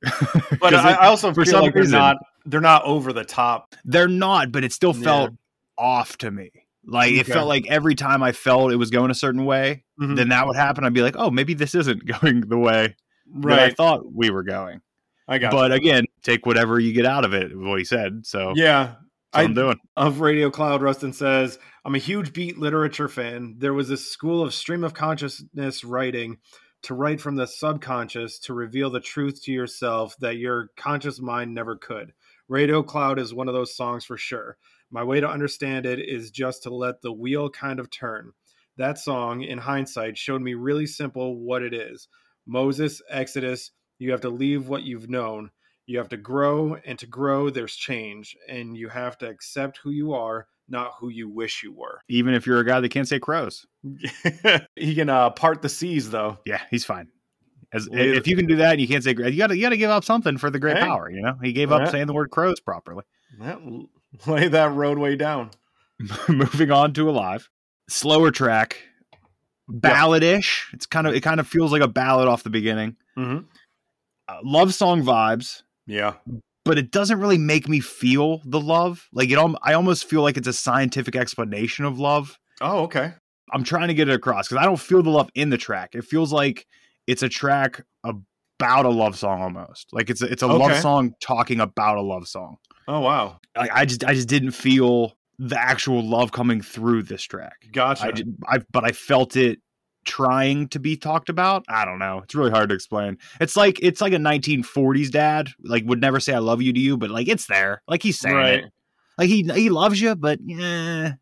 D: But
E: 'Cause
D: I,
E: it-
D: I also
E: for
D: feel
E: some
D: like they're
E: reason-
D: not they're not over the top.
E: they're not, but it still
D: Yeah.
E: felt off to me. Like it
D: Okay. Mm-hmm.
E: felt like every time I felt it was going a certain way, then that would happen. I'd be like, oh, maybe this isn't going the way that I
D: right.
E: thought we were going.
D: I got.
E: But again, take whatever you get out of it. is What he said. So
D: yeah,
E: I, am
D: I-
E: doing.
D: of Radio Cloud, Rustin says, I'm a huge beat literature fan. There was this school of stream of consciousness writing to write from the subconscious to reveal the truth to yourself that your conscious mind never could. Radio Cloud is one of those songs for sure. My way to understand it is just to let the wheel kind of turn. That song, in hindsight, showed me really simple what it is Moses, Exodus, you have to leave what you've known. You have to grow, and to grow, there's change, and you have to accept who you are, not who you wish you were.
E: Even if you're a guy that can't say crows,
D: he can uh, part the seas, though.
E: yeah, he's fine. As
D: Later.
E: if you can do that, and you can't say gra- you got to you got to give up something for the great
D: Hey.
E: power. You know, he gave up
D: Yeah.
E: saying the word crows properly.
D: Yeah, lay that roadway down.
E: Moving on to alive, slower track, balladish. It's kind of it kind of feels like a ballad off the beginning.
D: Mm-hmm.
E: Uh, love song vibes.
D: Yeah,
E: but it doesn't really make me feel the love. Like it, al- I almost feel like it's a scientific explanation of love.
D: Oh, okay.
E: I'm trying to get it across because I don't feel the love in the track. It feels like it's a track about a love song almost. Like it's a, it's a love
D: Okay.
E: song talking about a love song.
D: Oh, wow.
E: Like I just I just didn't feel the actual love coming through this track.
D: Gotcha.
E: I, did, I but I felt it trying to be talked about. I don't know. It's really hard to explain. It's like it's like a 1940s dad like would never say I love you to you, but like it's there. Like he's saying
D: right.
E: it. Like he he loves you, but yeah,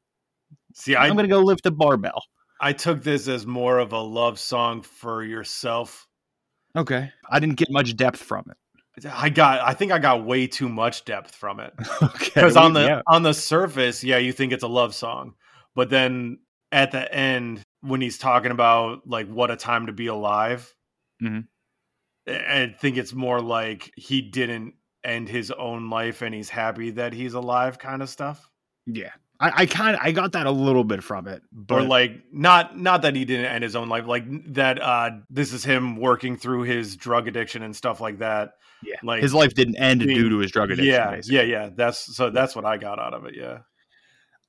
D: See,
E: I'm
D: I
E: gonna go lift a barbell.
D: I took this as more of a love song for yourself.
E: Okay. I didn't get much depth from it.
D: I got. I think I got way too much depth from it.
E: okay.
D: because
E: we-
D: on the
E: yeah.
D: on the surface, yeah, you think it's a love song, but then at the end, when he's talking about like what a time to be alive, Mm-hmm.
E: Mhm.
D: I- I think it's more like he didn't end his own life and he's happy that he's alive, kind of stuff.
E: yeah. I, I kind of I got that a little bit from it,
D: or
E: but like
D: like not not that he didn't end his own life like that uh this is him working through his drug addiction and stuff like that
E: yeah,
D: like-
E: his life didn't end
D: being-
E: due to his drug addiction.
D: yeah
E: basically.
D: yeah yeah that's so that's what i got out of it yeah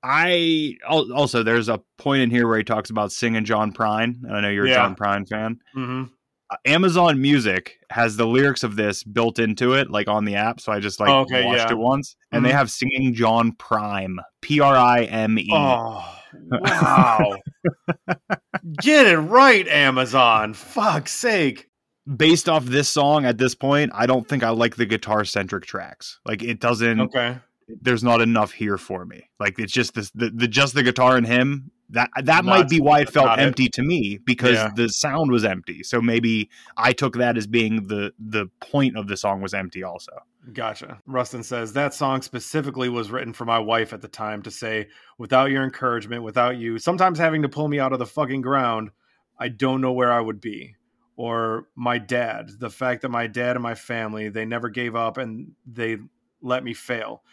E: I al- also there's a point in here where he talks about singing John Prine, and I know you're
D: Yeah.
E: a John Prine fan.
D: hmm
E: Uh, Amazon Music has the lyrics of this built into it, like on the app. So I just like
D: Oh, okay,
E: watched
D: yeah.
E: it once, and they
D: Mhm.
E: have singing John Prime, P R I M E.
D: Oh, wow. Get it right, Amazon. Fuck's sake.
E: Based off this song, at this point, I don't think I like the guitar centric tracks. Like it doesn't.
D: Okay.
E: There's not enough here for me. Like it's just this, the, the just the guitar and him. That that might
D: Not-
E: be why it felt
D: not it.
E: empty to me because
D: Yeah.
E: the sound was empty. So maybe I took that as being the the point of the song was empty. Also,
D: Gotcha. Rustin says that song specifically was written for my wife at the time to say, without your encouragement, without you, sometimes having to pull me out of the fucking ground, I don't know where I would be. Or my dad, the fact that my dad and my family, they never gave up and they let me fail.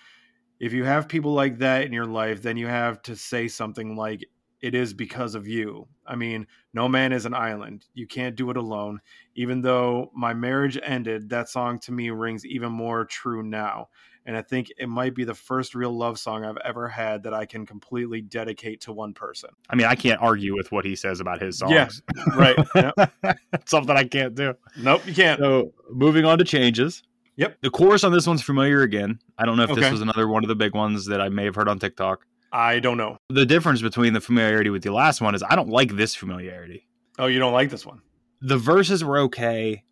D: If you have people like that in your life, then you have to say something like, it is because of you. I mean, no man is an island. You can't do it alone even though my marriage ended, that song to me rings even more true now. And I think it might be the first real love song I've ever had that I can completely dedicate to one person.
E: I mean, I can't argue with what he says about his songs.
D: Yeah. Right. Yep.
E: something I can't do.
D: Nope, you can't.
E: So moving on to changes.
D: Yep.
E: The chorus on this one's familiar again. I don't know if
D: Okay.
E: this was another one of the big ones that I may have heard on TikTok.
D: I don't know.
E: The difference between the familiarity with the last one is I don't like this familiarity.
D: Oh, you don't like this one?
E: The verses were okay,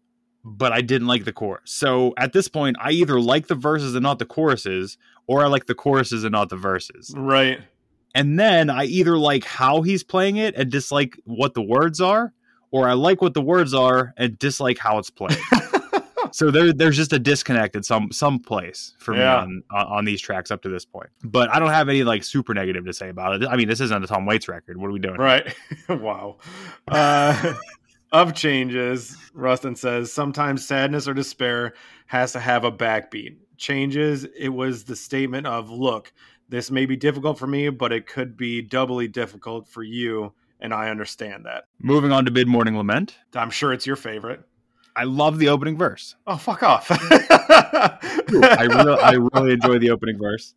E: but I didn't like the chorus. So at this point, I either like the verses and not the choruses, or I like the choruses and not the verses.
D: Right.
E: And then I either like how he's playing it and dislike what the words are, or I like what the words are and dislike how it's played. so there, there's just a disconnect at some some place for
D: Yeah.
E: me on, on on these tracks up to this point. But I don't have any like super negative to say about it. I mean, this isn't a Tom Waits record. What are we doing?
D: Right. wow. Uh, of changes, Rustin says sometimes sadness or despair has to have a backbeat. Changes, it was the statement of, look, this may be difficult for me, but it could be doubly difficult for you. And I understand that.
E: Moving on to Mid Morning Lament.
D: I'm sure it's your favorite.
E: I love the opening verse.
D: Oh, fuck off.
E: I really, I really enjoy the opening verse.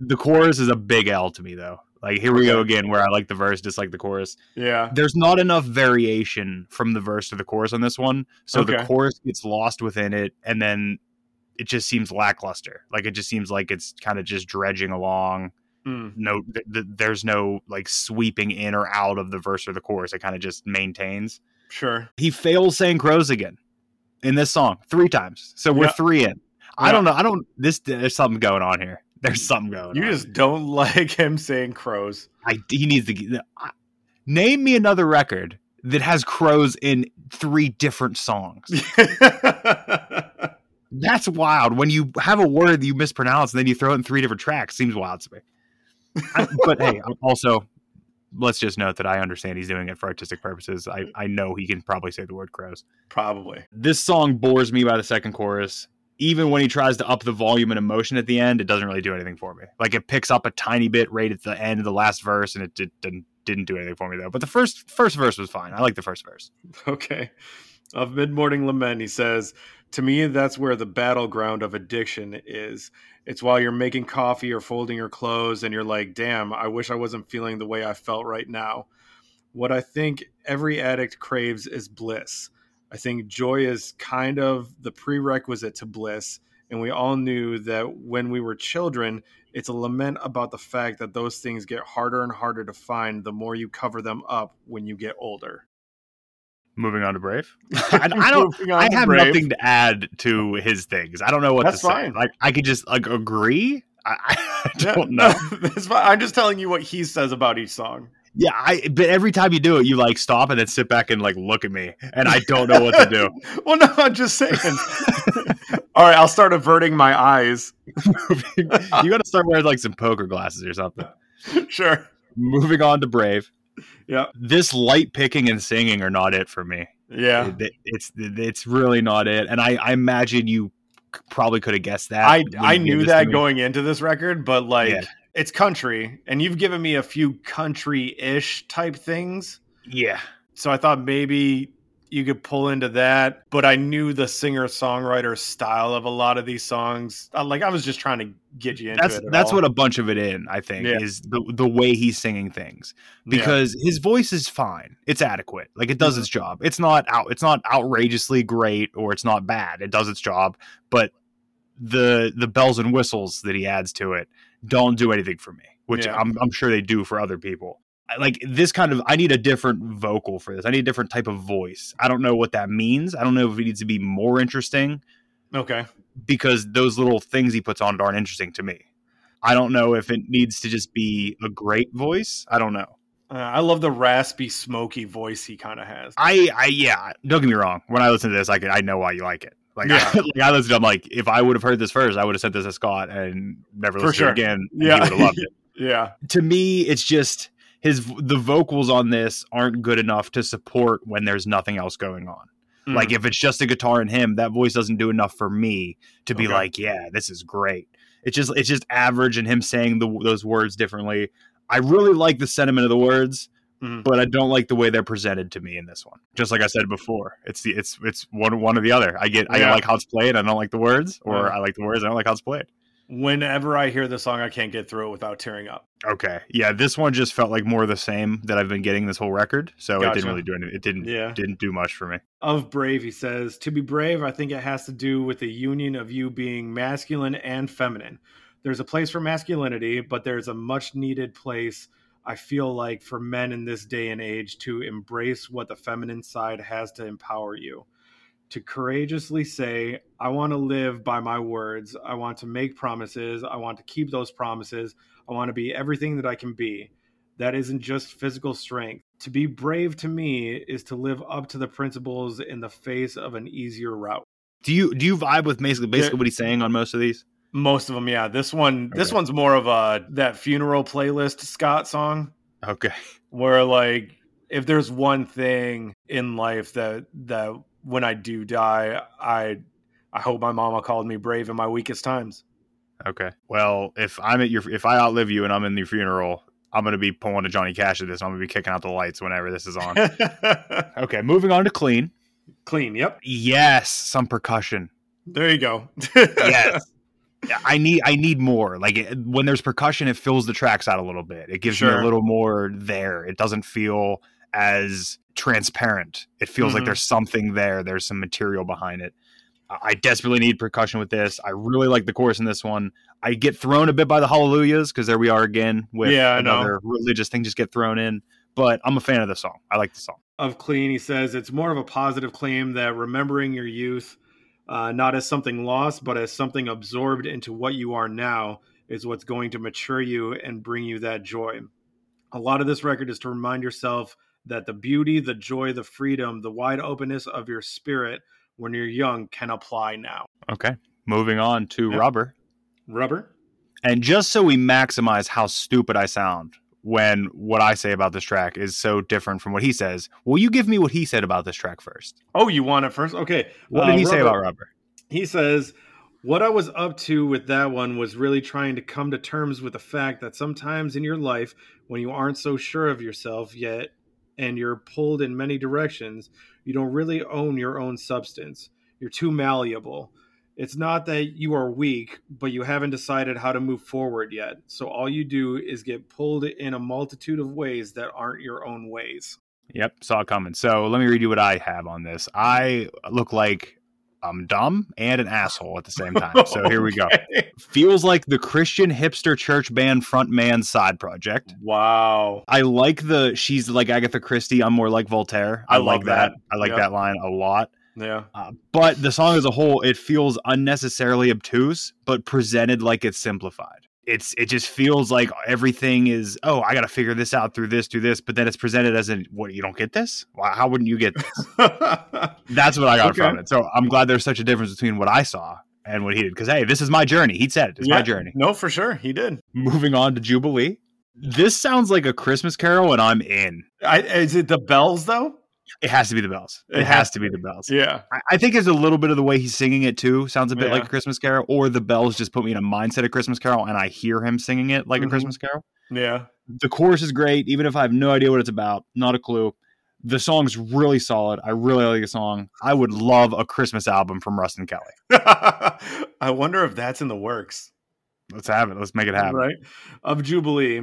E: The chorus is a big L to me, though. Like here we go again, where I like the verse, dislike the chorus.
D: yeah.
E: There's not enough variation from the verse to the chorus on this one, so
D: Okay.
E: the chorus gets lost within it, and then it just seems lackluster. Like it just seems like it's kind of just dredging along.
D: Mm.
E: No, th- th- there's no like sweeping in or out of the verse or the chorus. It kind of just maintains.
D: Sure.
E: He fails saying crows again in this song three times, so we're
D: Yeah.
E: three in. I
D: Yeah.
E: don't know. I don't. This there's something going on here. There's something going.
D: You
E: on.
D: just don't like him saying crows.
E: I, he needs to get- I, name me another record that has crows in three different songs. That's wild. When you have a word that you mispronounce and then you throw it in three different tracks, seems wild to me. I- but hey, I'm also, let's just note that I understand he's doing it for artistic purposes. I, I know he can probably say the word crows.
D: Probably.
E: This song bores me by the second chorus. Even when he tries to up the volume and emotion at the end, it doesn't really do anything for me. Like it picks up a tiny bit right at the end of the last verse, and it did, didn't didn't do anything for me though. But the first first verse was fine. I like the first verse.
D: Okay. Of Mid Morning Lament, he says, To me, that's where the battleground of addiction is. It's while you're making coffee or folding your clothes and you're like, damn, I wish I wasn't feeling the way I felt right now. What I think every addict craves is bliss. I think joy is kind of the prerequisite to bliss. And we all knew that when we were children, it's a lament about the fact that those things get harder and harder to find the more you cover them up when you get older.
E: Moving on to Brave. I, I don't.
D: Moving on
E: I
D: to
E: have
D: Brave.
E: nothing to add to his things. I don't know what
D: That's
E: to
D: fine.
E: say. Like I could just like agree. I, I
D: Yeah,
E: don't know.
D: That's fine. I'm just telling you what he says about each song.
E: Yeah, I but every time you do it, you like stop and then sit back and like look at me, and I don't know what to do.
D: Well, no, I'm just saying. All right, I'll start averting my eyes.
E: you got to start wearing like some poker glasses or something.
D: Sure.
E: Moving on to Brave.
D: Yeah.
E: This light picking and singing are not it for me.
D: Yeah.
E: It- it's it's really not it, and I, I imagine you c- probably could have guessed that.
D: I
E: when
D: I
E: you gave
D: knew
E: this to
D: that
E: me.
D: going into this record, but like
E: Yeah.
D: it's country, and you've given me a few country-ish type things,
E: Yeah,
D: so I thought maybe you could pull into that. But I knew the singer-songwriter style of a lot of these songs. I- Like I was just trying to get you into
E: that's
D: it.
E: that's what a bunch of it in. I think
D: Yeah.
E: is the the way he's singing things because his voice is fine. It's adequate. Like it
D: Mm-hmm.
E: does its job. It's not out. It's not outrageously great or it's not bad. It does its job, but the the bells and whistles that he adds to it don't do anything for me. Which
D: Yeah.
E: I'm I'm sure they do for other people. I- Like this kind of, I need a different vocal for this. I need a different type of voice. I don't know what that means. I don't know if it needs to be more interesting
D: okay.
E: because those little things he puts on it aren't interesting to me. I don't know if it needs to just be a great voice. I don't know.
D: Uh, I love the raspy, smoky voice he kind of has.
E: I, I, yeah. Don't get me wrong. When I listen to this, I can, I know why you like it. Like, I, like I listened, I'm like, if I would have heard this first, I would have sent this to Scott and never
D: For
E: listened
D: sure.
E: to it again. and
D: Yeah.
E: he would have loved it.
D: Yeah.
E: to me, it's just his the vocals on this aren't good enough to support when there's nothing else going on.
D: Hmm.
E: Like if it's just a guitar and him, that voice doesn't do enough for me to be
D: Okay.
E: like, yeah, this is great. It's just it's just average and him saying the, those words differently. I really like the sentiment of the words,
D: Mhm.
E: but I don't like the way they're presented to me in this one. Just like I said before, it's the it's it's one one or the other. I get I
D: Yeah. Mm-hmm.
E: like how it's played, I don't like the words, or
D: Yeah.
E: I like the words, I don't like how it's played.
D: whenever I hear the song, I can't get through it without tearing up.
E: Okay, yeah, this one just felt like more of the same that I've been getting this whole record. So it
D: Gotcha.
E: didn't really do anything. It didn't
D: Yeah.
E: didn't do much for me.
D: Of Brave, he says, To be brave, I think it has to do with the union of you being masculine and feminine. There's a place for masculinity, but there's a much needed place, I feel like, for men in this day and age to embrace what the feminine side has to empower you. To courageously say, I want to live by my words. I want to make promises. I want to keep those promises. I want to be everything that I can be. that isn't just physical strength. To be brave to me is to live up to the principles in the face of an easier route.
E: Do you do you vibe with basically basically what he's saying on most of these?
D: Most of them, yeah. This one, this
E: Okay.
D: one's more of a that funeral playlist Scott song
E: Okay.
D: where like if there's one thing in life that that when I do die, I I hope my mama called me brave in my weakest times.
E: Okay. Well, if I'm at your, if I outlive you and I'm in your funeral, I'm gonna be pulling a Johnny Cash at this. and I'm gonna be kicking out the lights whenever this is on. okay. Moving on to Clean.
D: Clean. Yep.
E: Yes, some percussion.
D: There you go.
E: Yes. I need I need more. Like it, when there's percussion, it fills the tracks out a little bit. It gives me
D: Sure.
E: a little more there. It doesn't feel as transparent. It feels like
D: Mhm.
E: there's something there. There's some material behind it. I I desperately need percussion with this. I really like the chorus in this one. I get thrown a bit by the hallelujahs because there we are again with
D: Yeah, I know.
E: another religious thing just get thrown in. But I'm a fan of the song. I like the song.
D: of clean he says it's more of a positive claim that remembering your youth uh, not as something lost but as something absorbed into what you are now is what's going to mature you and bring you that joy a lot of this record is to remind yourself that the beauty the joy the freedom the wide openness of your spirit when you're young can apply now
E: Okay. Moving on to
D: Yep.
E: rubber.
D: rubber
E: And just so we maximize how stupid I sound when what I say about this track is so different from what he says, will you give me what he said about this track first?
D: oh you want it first okay
E: What
D: Uh,
E: did he say
D: Rubber-
E: about rubber?
D: He says, What I was up to with that one was really trying to come to terms with the fact that sometimes in your life, when you aren't so sure of yourself yet and you're pulled in many directions, you don't really own your own substance. You're too malleable. It's not that you are weak, but you haven't decided how to move forward yet. So all you do is get pulled in a multitude of ways that aren't your own ways.
E: Yep, saw it coming. So let me read you what I have on this. I look like I'm dumb and an asshole at the same time. So here we go. Feels like the Christian hipster church band frontman side project.
D: Wow.
E: I like the she's like Agatha Christie. I'm more like Voltaire.
D: I
E: I,
D: love
E: like that.
D: that.
E: I like
D: Yep.
E: that line a lot.
D: Yeah.
E: Uh, but the song as a whole, it feels unnecessarily obtuse, but presented like it's simplified. It's it just feels like everything is oh I got to figure this out through this through this, but then it's presented as in what you don't get this. Why, how wouldn't you get this? That's what I got
D: Okay.
E: from it. So I'm glad there's such a difference between what I saw and what he did. Because hey, this is my journey. He said it. It's
D: Yeah.
E: my journey.
D: no, for sure. He did.
E: Moving on to Jubilee. This sounds like a Christmas carol, and I'm in.
D: I, is it the bells though?
E: It has to be the bells. It,
D: It has
E: has to be the bells.
D: Yeah.
E: I- I think it's a little bit of the way he's singing it too. Sounds a bit
D: Yeah.
E: like a Christmas Carol, or the bells just put me in a mindset of Christmas Carol, and I hear him singing it like
D: Mhm.
E: a Christmas Carol.
D: Yeah.
E: The chorus is great, even if I have no idea what it's about, not a clue. The song's really solid. I really like the song. I would love a Christmas album from Rustin Kelly.
D: I wonder if that's in the works.
E: Let's have it. Let's make it happen.
D: Right. Of Jubilee,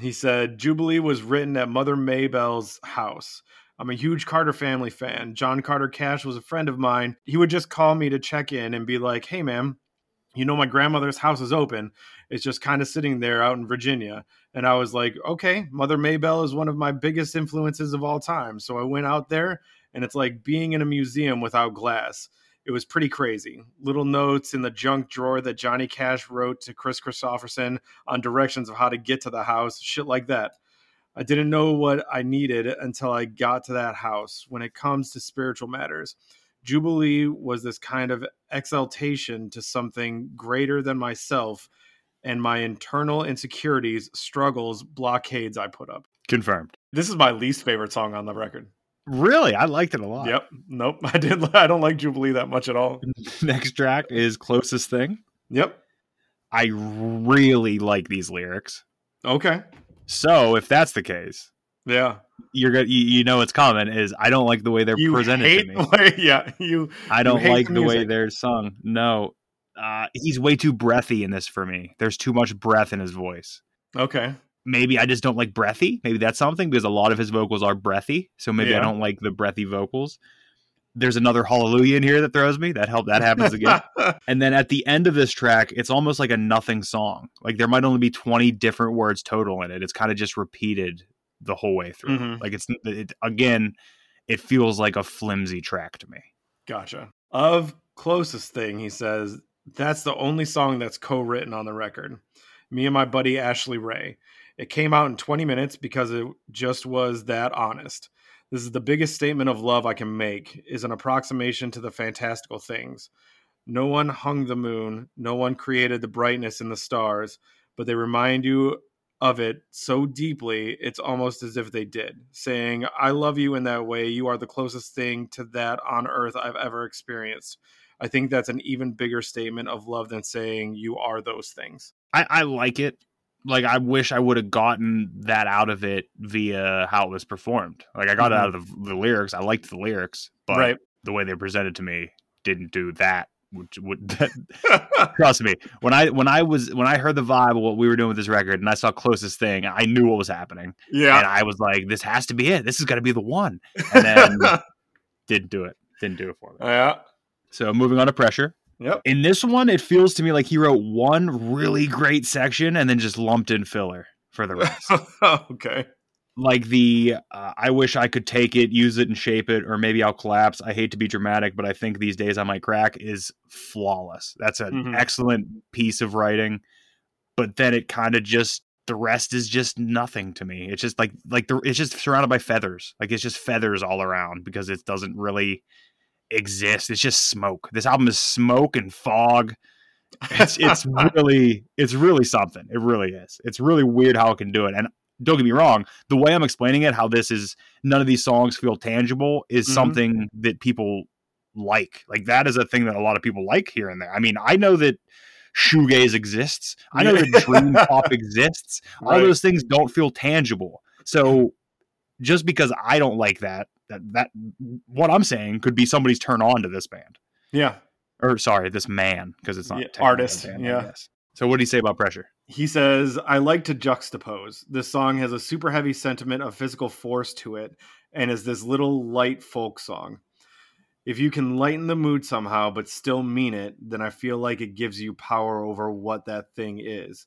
D: he said Jubilee was written at Mother Maybell's house. I'm a huge Carter family fan. John Carter Cash was a friend of mine. He would just call me to check in and be like, hey, ma'am, you know, my grandmother's house is open. It's just kind of sitting there out in Virginia. And I was like, okay, Mother Maybell is one of my biggest influences of all time. So I went out there, and it's like being in a museum without glass it was pretty crazy. Little notes in the junk drawer that Johnny Cash wrote to Chris Christopherson on directions of how to get to the house, shit like that. I didn't know what I needed until I got to that house when it comes to spiritual matters. Jubilee was this kind of exaltation to something greater than myself and my internal insecurities, struggles, blockades I put up.
E: Confirmed.
D: This is my least favorite song on the record.
E: Really, I liked it a lot.
D: Yep. Nope. I didn't I don't like Jubilee that much at all.
E: Next track is closest thing.
D: Yep.
E: I really like these lyrics.
D: Okay.
E: So if that's the case,
D: Yeah,
E: you're gonna you, you know it's common is I don't like the way they're
D: you
E: presented
D: hate
E: to me.
D: the way- yeah, you.
E: I don't
D: hate
E: like
D: the
E: the way
D: music.
E: they're sung. No. Uh, he's way too breathy in this for me. There's too much breath in his voice.
D: Okay,
E: Maybe I just don't like breathy. Maybe that's something because a lot of his vocals are breathy. So maybe
D: Yeah.
E: I don't like the breathy vocals. There's another hallelujah in here that throws me. That help that happens again. and then at the end of this track, it's almost like a nothing song. Like there might only be 20 different words total in it. It's kind of just repeated the whole way through.
D: Mhm.
E: Like it's it, again, it feels like a flimsy track to me.
D: gotcha. Of closest thing, he says that's the only song that's co-written on the record. Me and my buddy Ashley Ray. It came out in 20 minutes because it just was that honest. This is the biggest statement of love I can make. Is an approximation to the fantastical things. No one hung the moon, no one created the brightness in the stars, but they remind you of it so deeply, it's almost as if they did, saying, I love you in that way. You are the closest thing to that on earth I've ever experienced. I think that's an even bigger statement of love than saying you are those things.
E: I, I like it. Like I wish I would have gotten that out of it via how it was performed. Like I got it out of the, the lyrics. I liked the lyrics, but
D: Mm-hmm. Right.
E: the way they presented to me didn't do that. Which would that, trust me when I when I was when I heard the vibe of what we were doing with this record and I saw closest thing, I knew what was happening, and
D: yeah.
E: I was like, "This has to be it. This is going to be the one." And then didn't do it. Didn't do it for me.
D: yeah.
E: So moving on to pressure.
D: Yep.
E: In this one, it feels to me like he wrote one really great section and then just lumped in filler for the rest.
D: okay.
E: like the uh, I wish I could take it, use it, and shape it, or maybe I'll collapse. I hate to be dramatic, but I think these days I might crack is flawless. That's an
D: Mhm.
E: excellent piece of writing, but then it kind of just the rest is just nothing to me. It's just like like the it's just surrounded by feathers. Like it's just feathers all around because it doesn't really exist. It's just smoke. This album is smoke and fog. It's it's really it's really something. It really is. It's really weird how it can do it. And don't get me wrong, the way I'm explaining it, how this is none of these songs feel tangible is
D: Mhm.
E: something that people like. Like that is a thing that a lot of people like here and there. I mean, I know that shoegaze exists. I know that dream pop exists. All
D: Right.
E: those things don't feel tangible. So just because I don't like that, that that what I'm saying could be somebody's turn on to this band.
D: Yeah.
E: Or sorry, this man, because it's not
D: Yeah,
E: technically a
D: artist,
E: band, I
D: yeah.
E: guess. So what do you say about pressure?
D: He says, I like to juxtapose. This song has a super heavy sentiment of physical force to it and is this little light folk song. If you can lighten the mood somehow but still mean it, then I feel like it gives you power over what that thing is.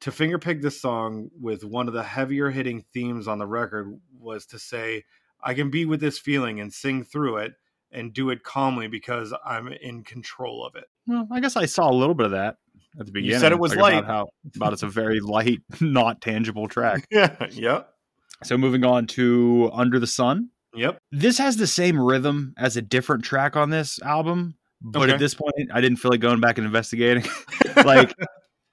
D: To fingerpick this song with one of the heavier hitting themes on the record was to say, I can be with this feeling and sing through it and do it calmly because I'm in control of it.
E: Well, I guess I saw a little bit of that at the beginning.
D: said it was
E: like,
D: light.
E: about how about it's a very light, not tangible track.
D: Yeah. Yep.
E: So moving on to Under the Sun.
D: Yep.
E: This has the same rhythm as a different track on this album, but
D: Okay.
E: at this point, I didn't feel like going back and investigating. like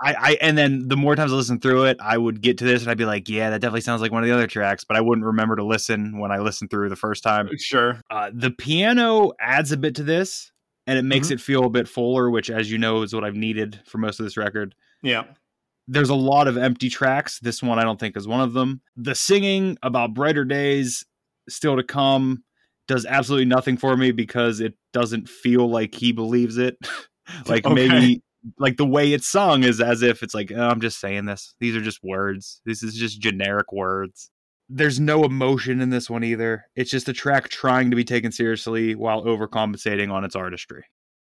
E: I, I and then the more times I listened through it, I would get to this and I'd be like, yeah, that definitely sounds like one of the other tracks, but I wouldn't remember to listen when I listened through the first time.
D: sure.
E: Uh, the piano adds a bit to this and it makes
D: Mhm.
E: it feel a bit fuller, which, as you know, is what I've needed for most of this record.
D: Yeah.
E: There's a lot of empty tracks. This one I don't think is one of them. The singing about brighter days still to come does absolutely nothing for me because it doesn't feel like he believes it. like
D: Okay.
E: maybe like the way it's sung is as if it's like "Oh, I'm just saying this. These are just words. This is just generic words. There's no emotion in this one either. It's just a track trying to be taken seriously while overcompensating on its artistry.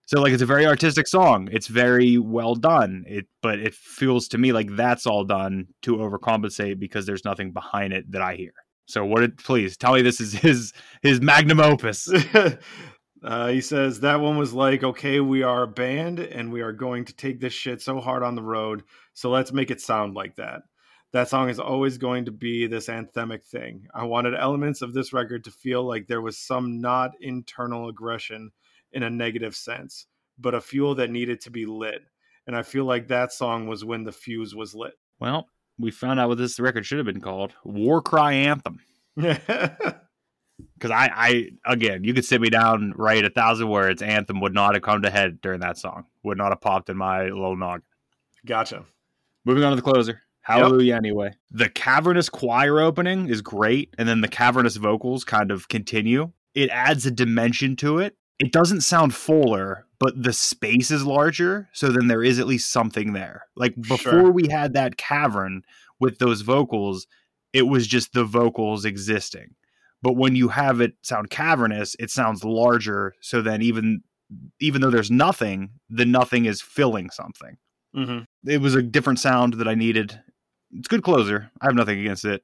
E: So like it's a very artistic song. It's very well done. It but it feels to me like that's all done to overcompensate because there's nothing behind it that I hear. So what did please tell me this is his his magnum opus.
D: uh, he says that one was like, okay, we are a band and we are going to take this shit so hard on the road, so let's make it sound like that. That song is always going to be this anthemic thing. I wanted elements of this record to feel like there was some not internal aggression in a negative sense, but a fuel that needed to be lit. And I feel like that song was when the fuse was lit.
E: Well, we found out what this record should have been called War Cry Anthem. Because I, I, again, you could sit me down, write a thousand words. Anthem would not have come to head during that song, would not have popped in my little noggin.
D: gotcha.
E: Moving on to the closer. Hallelujah, anyway. The cavernous choir opening is great, and then the cavernous vocals kind of continue. It adds a dimension to it. It doesn't sound fuller, but the space is larger, so then there is at least something there. Like before
D: Sure.
E: we had that cavern with those vocals, it was just the vocals existing. But when you have it sound cavernous, it sounds larger, so then even even though there's nothing, the nothing is filling something
D: hmm
E: it was a different sound that I needed. It's a good closer. I have nothing against it.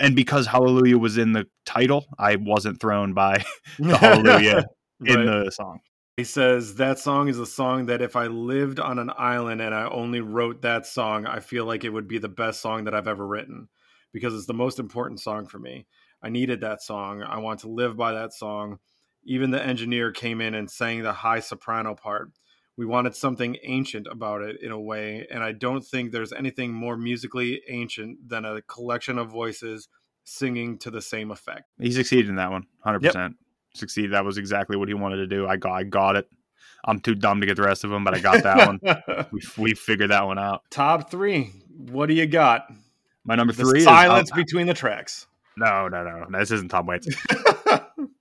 E: And because Hallelujah was in the title, I wasn't thrown by the Hallelujah in the song.
D: He says that song is a song that if I lived on an island and I only wrote that song, I feel like it would be the best song that I've ever written because it's the most important song for me. I needed that song. I want to live by that song. Even the engineer came in and sang the high soprano part. We wanted something ancient about it in a way, and I don't think there's anything more musically ancient than a collection of voices singing to the same effect.
E: He succeeded in that one, 100%. Succeeded. That was exactly what he wanted to do. I got, I got it. I'm too dumb to get the rest of them, but I got that one. We, we figured that one out.
D: Top three. What do you got?
E: My number
D: The
E: three
D: silence
E: is.
D: between the tracks.
E: no, no, no. This isn't Tom Waits.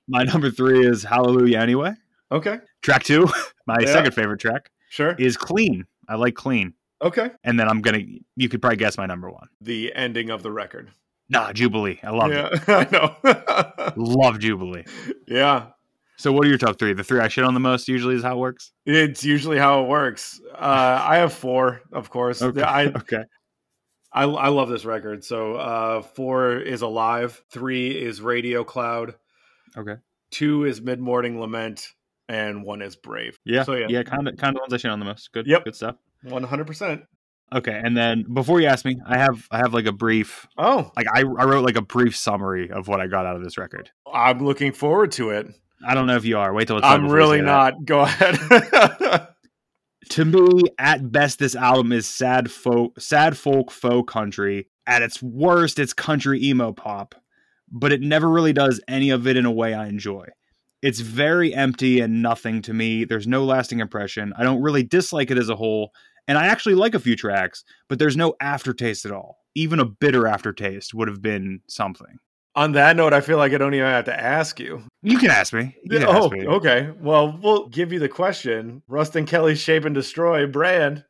E: My number three is Hallelujah Anyway.
F: Okay.
E: Track two, my
F: Yeah.
E: second favorite track,
F: Sure.
E: is Clean. I like Clean.
F: Okay.
E: And then I'm going to, you could probably guess my number one.
F: The ending of the record.
E: Nah, Jubilee. I love
F: yeah,
E: it.
F: I know.
E: Love Jubilee.
F: yeah.
E: So what are your top three? The three I shit on the most usually is how it works.
F: It's usually how it works. Uh, I have four, of course. I,
E: okay.
F: I I love this record. So uh, four is alive. Three is Radio Cloud.
E: Okay.
F: Two is Mid Morning Lament, and one is Brave.
E: Yeah.
F: So, yeah.
E: yeah. Kind of kind of the ones I shit on the most. Good.
F: Yep.
E: Good stuff.
F: One hundred percent.
E: Okay. And then before you ask me, I have I have like a brief
F: Oh,
E: like I, I wrote like a brief summary of what I got out of this record.
F: I'm looking forward to it.
E: I don't know if you are. Wait till it's done
F: I'm
E: before you
F: really
E: say that.
F: not. Go ahead.
E: to me, at best, this album is sad folk, sad folk, faux country. At its worst, it's country emo pop, but it never really does any of it in a way I enjoy. It's very empty and nothing to me. There's no lasting impression. I don't really dislike it as a whole, and I actually like a few tracks, but there's no aftertaste at all. Even a bitter aftertaste would have been something.
F: On that note, I feel like I don't even have to ask you.
E: You can ask me. You can
F: oh,
E: ask me.
F: okay. Well, we'll give you the question. Rust and Kelly Shape and Destroy brand.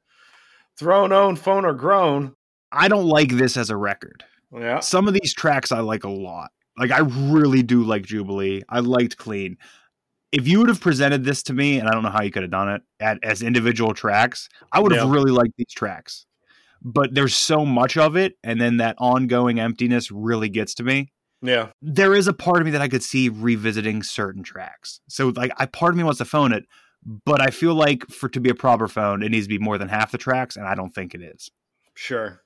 F: Thrown, own, phone, or grown.
E: I don't like this as a record.
F: Yeah.
E: Uh, some of these tracks I like a lot. Like I really do like Jubilee. I liked Clean. If you would have presented this to me, and I don't know how you could have done it at, as individual tracks, I would have
F: Yeah.
E: really liked these tracks. But there's so much of it, and then that ongoing emptiness really gets to me.
F: Yeah.
E: There is a part of me that I could see revisiting certain tracks. So like, I part of me wants to phone it, but I feel like for it to be a proper phone, it needs to be more than half the tracks, and I don't think it is.
F: Sure.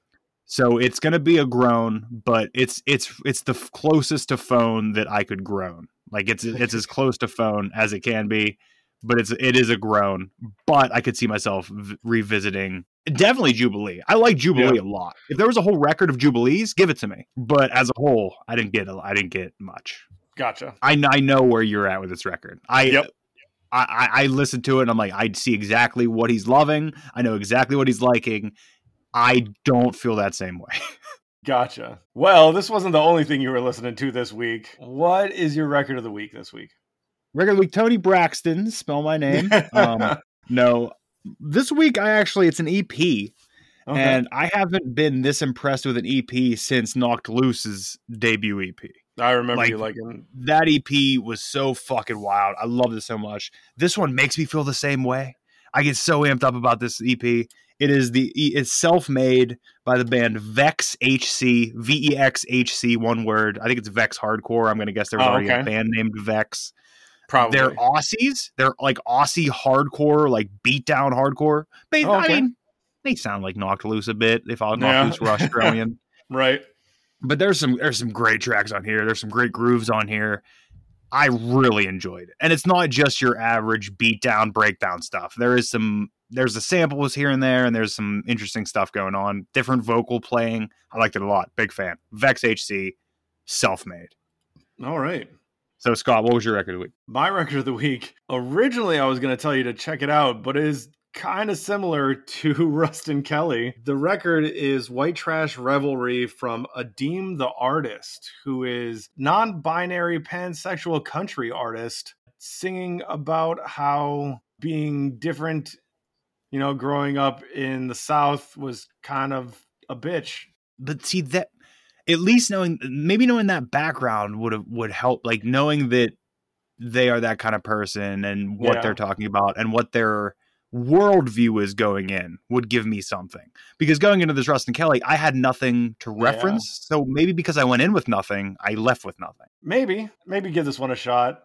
E: So it's gonna be a groan, but it's it's it's the f- closest to phone that I could groan. Like it's it's as close to phone as it can be, but it's it is a groan. But I could see myself v- revisiting definitely Jubilee. I like Jubilee a lot. If there was a whole record of Jubilees, give it to me. But as a whole, I didn't get a, I didn't get much.
F: Gotcha.
E: I kn- I know where you're at with this record. I.
F: Yep.
E: I, I I listened to it and I'm like, I see exactly what he's loving. I know exactly what he's liking. I don't feel that same way.
F: Gotcha. Well, this wasn't the only thing you were listening to this week. What is your record of the week this week?
E: regular week tony braxton spell my name um, no this week i actually it's an ep
F: Okay.
E: and i haven't been this impressed with an ep since knocked loose's debut ep
F: I remember
E: like-
F: you liking.
E: that ep was so fucking wild i loved it so much this one makes me feel the same way i get so amped up about this ep it is the E, it's self-made by the band vex hc v-e-x-h-c one word i think it's vex hardcore i'm gonna guess there was
F: Oh,
E: already a
F: okay.
E: band named vex
F: Probably.
E: they're Aussies. They're like Aussie hardcore, like beatdown hardcore. They,
F: Oh, okay.
E: I mean, they sound like Knocked Loose a bit. If I'll
F: Yeah.
E: Knocked Loose were Australian,
F: right.
E: but there's some there's some great tracks on here. There's some great grooves on here. I really enjoyed it, and it's not just your average beatdown breakdown stuff. There is some there's the samples here and there, and there's some interesting stuff going on. Different vocal playing. I liked it a lot. Big fan. Vex HC, self made.
F: All right.
E: So Scott, what was your record of the week?
F: My record of the week. Originally, I was going to tell you to check it out, but it is kind of similar to Rustin Kelly. The record is White Trash Revelry from Adeem the Artist, who is non-binary pansexual country artist singing about how being different, you know, growing up in the South was kind of a bitch.
E: but see that at least knowing maybe knowing that background would have would help like knowing that they are that kind of person and what
F: Yeah.
E: they're talking about and what their worldview is going in would give me something because going into this Rustin Kelly I had nothing to
F: Yeah.
E: reference so maybe because I went in with nothing I left with nothing
F: Maybe, maybe give this one a shot.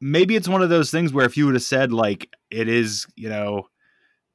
E: maybe it's one of those things where if you would have said like it is you know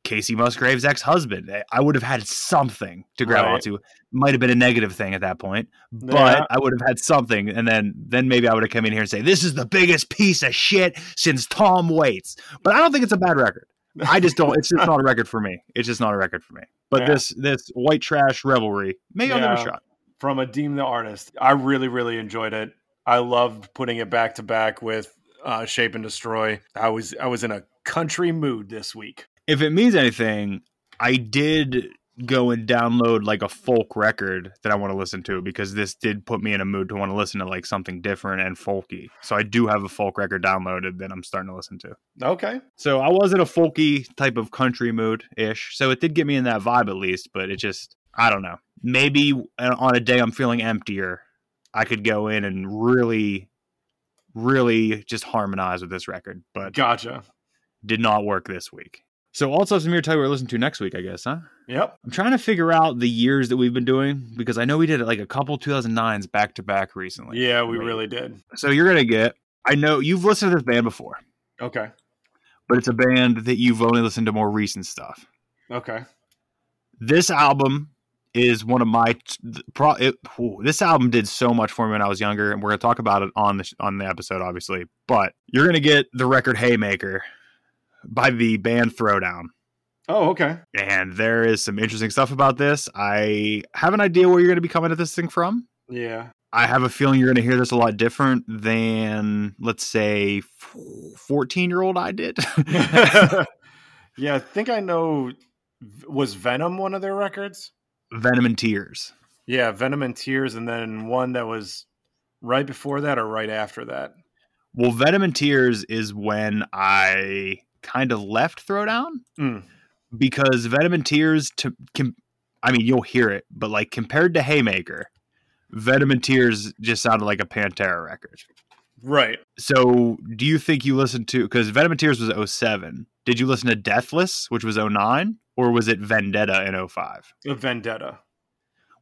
E: Casey Musgrave's ex-husband eh, I- I would have had something to grab
F: Right.
E: onto might have been a negative thing at that point but
F: Yeah.
E: I would have had something, and then then maybe I would have come in here and say this is the biggest piece of shit since Tom Waits. But I don't think it's a bad record. I just don't. It's just not a record for me. It's just not a record for me. But
F: Yeah.
E: this this white trash revelry, maybe I'll give it
F: Yeah.
E: a shot.
F: from Adeem the Artist. I really, really enjoyed it. I loved putting it back to back with uh, Shape and Destroy. I was I was in a country mood this week.
E: If it means anything, I did go and download like a folk record that I want to listen to because this did put me in a mood to want to listen to like something different and folky. So I do have a folk record downloaded that I'm starting to listen to.
F: Okay.
E: So I was in a folky type of country mood ish. So it did get me in that vibe at least, but it just, I don't know. Maybe on a day I'm feeling emptier, I could go in and really, really just harmonize with this record, but
F: Gotcha.
E: did not work this week. So also some here tell you we're listening to next week, I guess, huh?
F: Yep.
E: I'm trying to figure out the years that we've been doing because I know we did like a couple 2009s back to back recently.
F: Yeah, we really did.
E: So you're going to get, I know you've listened to this band before,
F: Okay.
E: but it's a band that you've only listened to more recent stuff.
F: Okay.
E: This album is one of my th- pro it, ooh, this album did so much for me when I was younger and we're going to talk about it on the sh- on the episode obviously but you're going to get the record Haymaker by the band Throwdown
F: Oh, okay.
E: and there is some interesting stuff about this I have an idea where you're going to be coming at this thing from
F: Yeah.
E: I have a feeling you're going to hear this a lot different than, let's say, 14 year old I did.
F: yeah, I think I know. Was Venom one of their records?
E: Venom and Tears.
F: Yeah, Venom and Tears, and then one that was right before that or right after that.
E: Well, Venom and Tears is when I kind of left Throwdown
F: Mm.
E: because Venom and Tears, to, com- I mean, you'll hear it, but like compared to Haymaker, Venom and Tears just sounded like a Pantera record.
F: Right.
E: So do you think you listened to, because Venom and Tears was 07. Did you listen to Deathless, which was 09, or was it Vendetta in 05?
F: A Vendetta.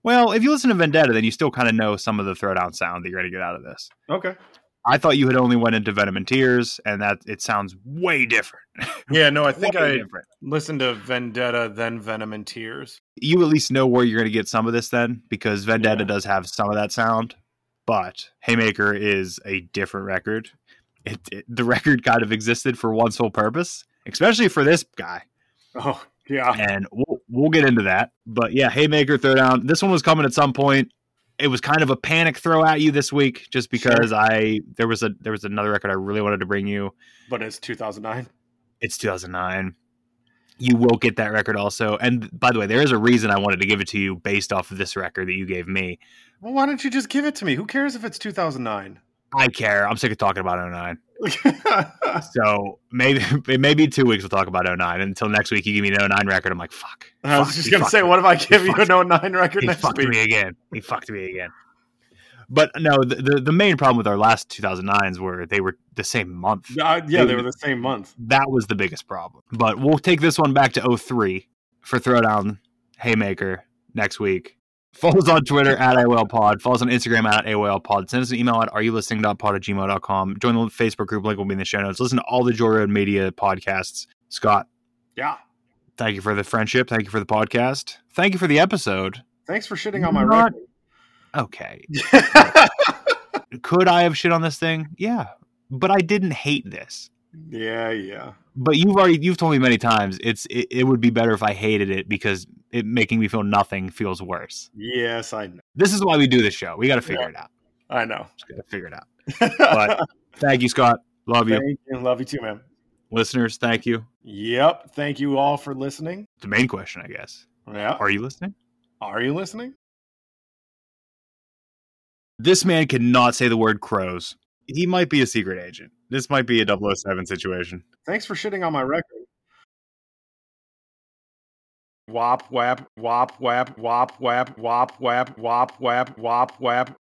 E: Well, if you listen to Vendetta, then you still kind of know some of the throwdown sound that you're going to get out of this.
F: Okay.
E: I thought you had only went into Venom and Tears, and that it sounds way different.
F: Yeah, no, I think
E: Way
F: I
E: different.
F: listened to Vendetta, then Venom and Tears.
E: You at least know where you're going to get some of this then, because Vendetta
F: Yeah.
E: does have some of that sound, but Haymaker is a different record. It, it, the record kind of existed for one sole purpose, especially for this guy,
F: Oh, yeah.
E: and we'll, we'll get into that. But yeah, Haymaker Throwdown. This one was coming at some point. It was kind of a panic throw at you this week, just because I there was a there was another record I really wanted to bring you.
F: But it's 2009.
E: It's 2009. You will get that record also. And by the way, there is a reason I wanted to give it to you based off of this record that you gave me.
F: Well, why don't you just give it to me? Who cares if it's 2009?
E: I care. I'm sick of talking about 09. So maybe maybe two weeks we'll talk about 09. Until next week, you give me an 09 record. I'm like, fuck.
F: I was
E: fuck,
F: just
E: you
F: going to
E: fucked
F: say,
E: me.
F: what if I give you
E: fucked
F: an 09 record
E: he
F: next
E: fucked
F: week?
E: me again. He fucked me again. But no, the, the the main problem with our last 2009s were they were the same month.
F: Uh, yeah, they were the same month.
E: That was the biggest problem. But we'll take this one back to 03 for Throwdown Haymaker next week. Follow us on Twitter at AOLPod. Follow us on Instagram at AOLPod. Send us an email at areyoulistening.pod at gmail.com. Join the Facebook group. Link will be in the show notes. Listen to all the Joy Road Media podcasts. Scott,
F: Yeah.
E: thank you for the friendship. Thank you for the podcast. Thank you for the episode.
F: Thanks for shitting on my record.
E: Not- Okay. could I have shit on this thing? Yeah, but I didn't hate this.
F: yeah, yeah.
E: But you've already you've told me many times it's it, it would be better if I hated it because it making me feel nothing feels worse.
F: Yes, I know.
E: This is why we do this show. We got to figure
F: Yeah.
E: it out.
F: I know.
E: Just got to figure it out.
F: But,
E: Thank you, Scott. Love you,
F: thank you. Love you too, man.
E: listeners. Thank you.
F: Yep. Thank you all for listening.
E: The main question, I guess,
F: Yeah.
E: are you listening?
F: Are you listening?
E: This man cannot say the word crows. He might be a secret agent. This might be a 007 situation.
F: Thanks for shitting on my record. Wop wap wop wap wop wap wop wap wop wap wop wap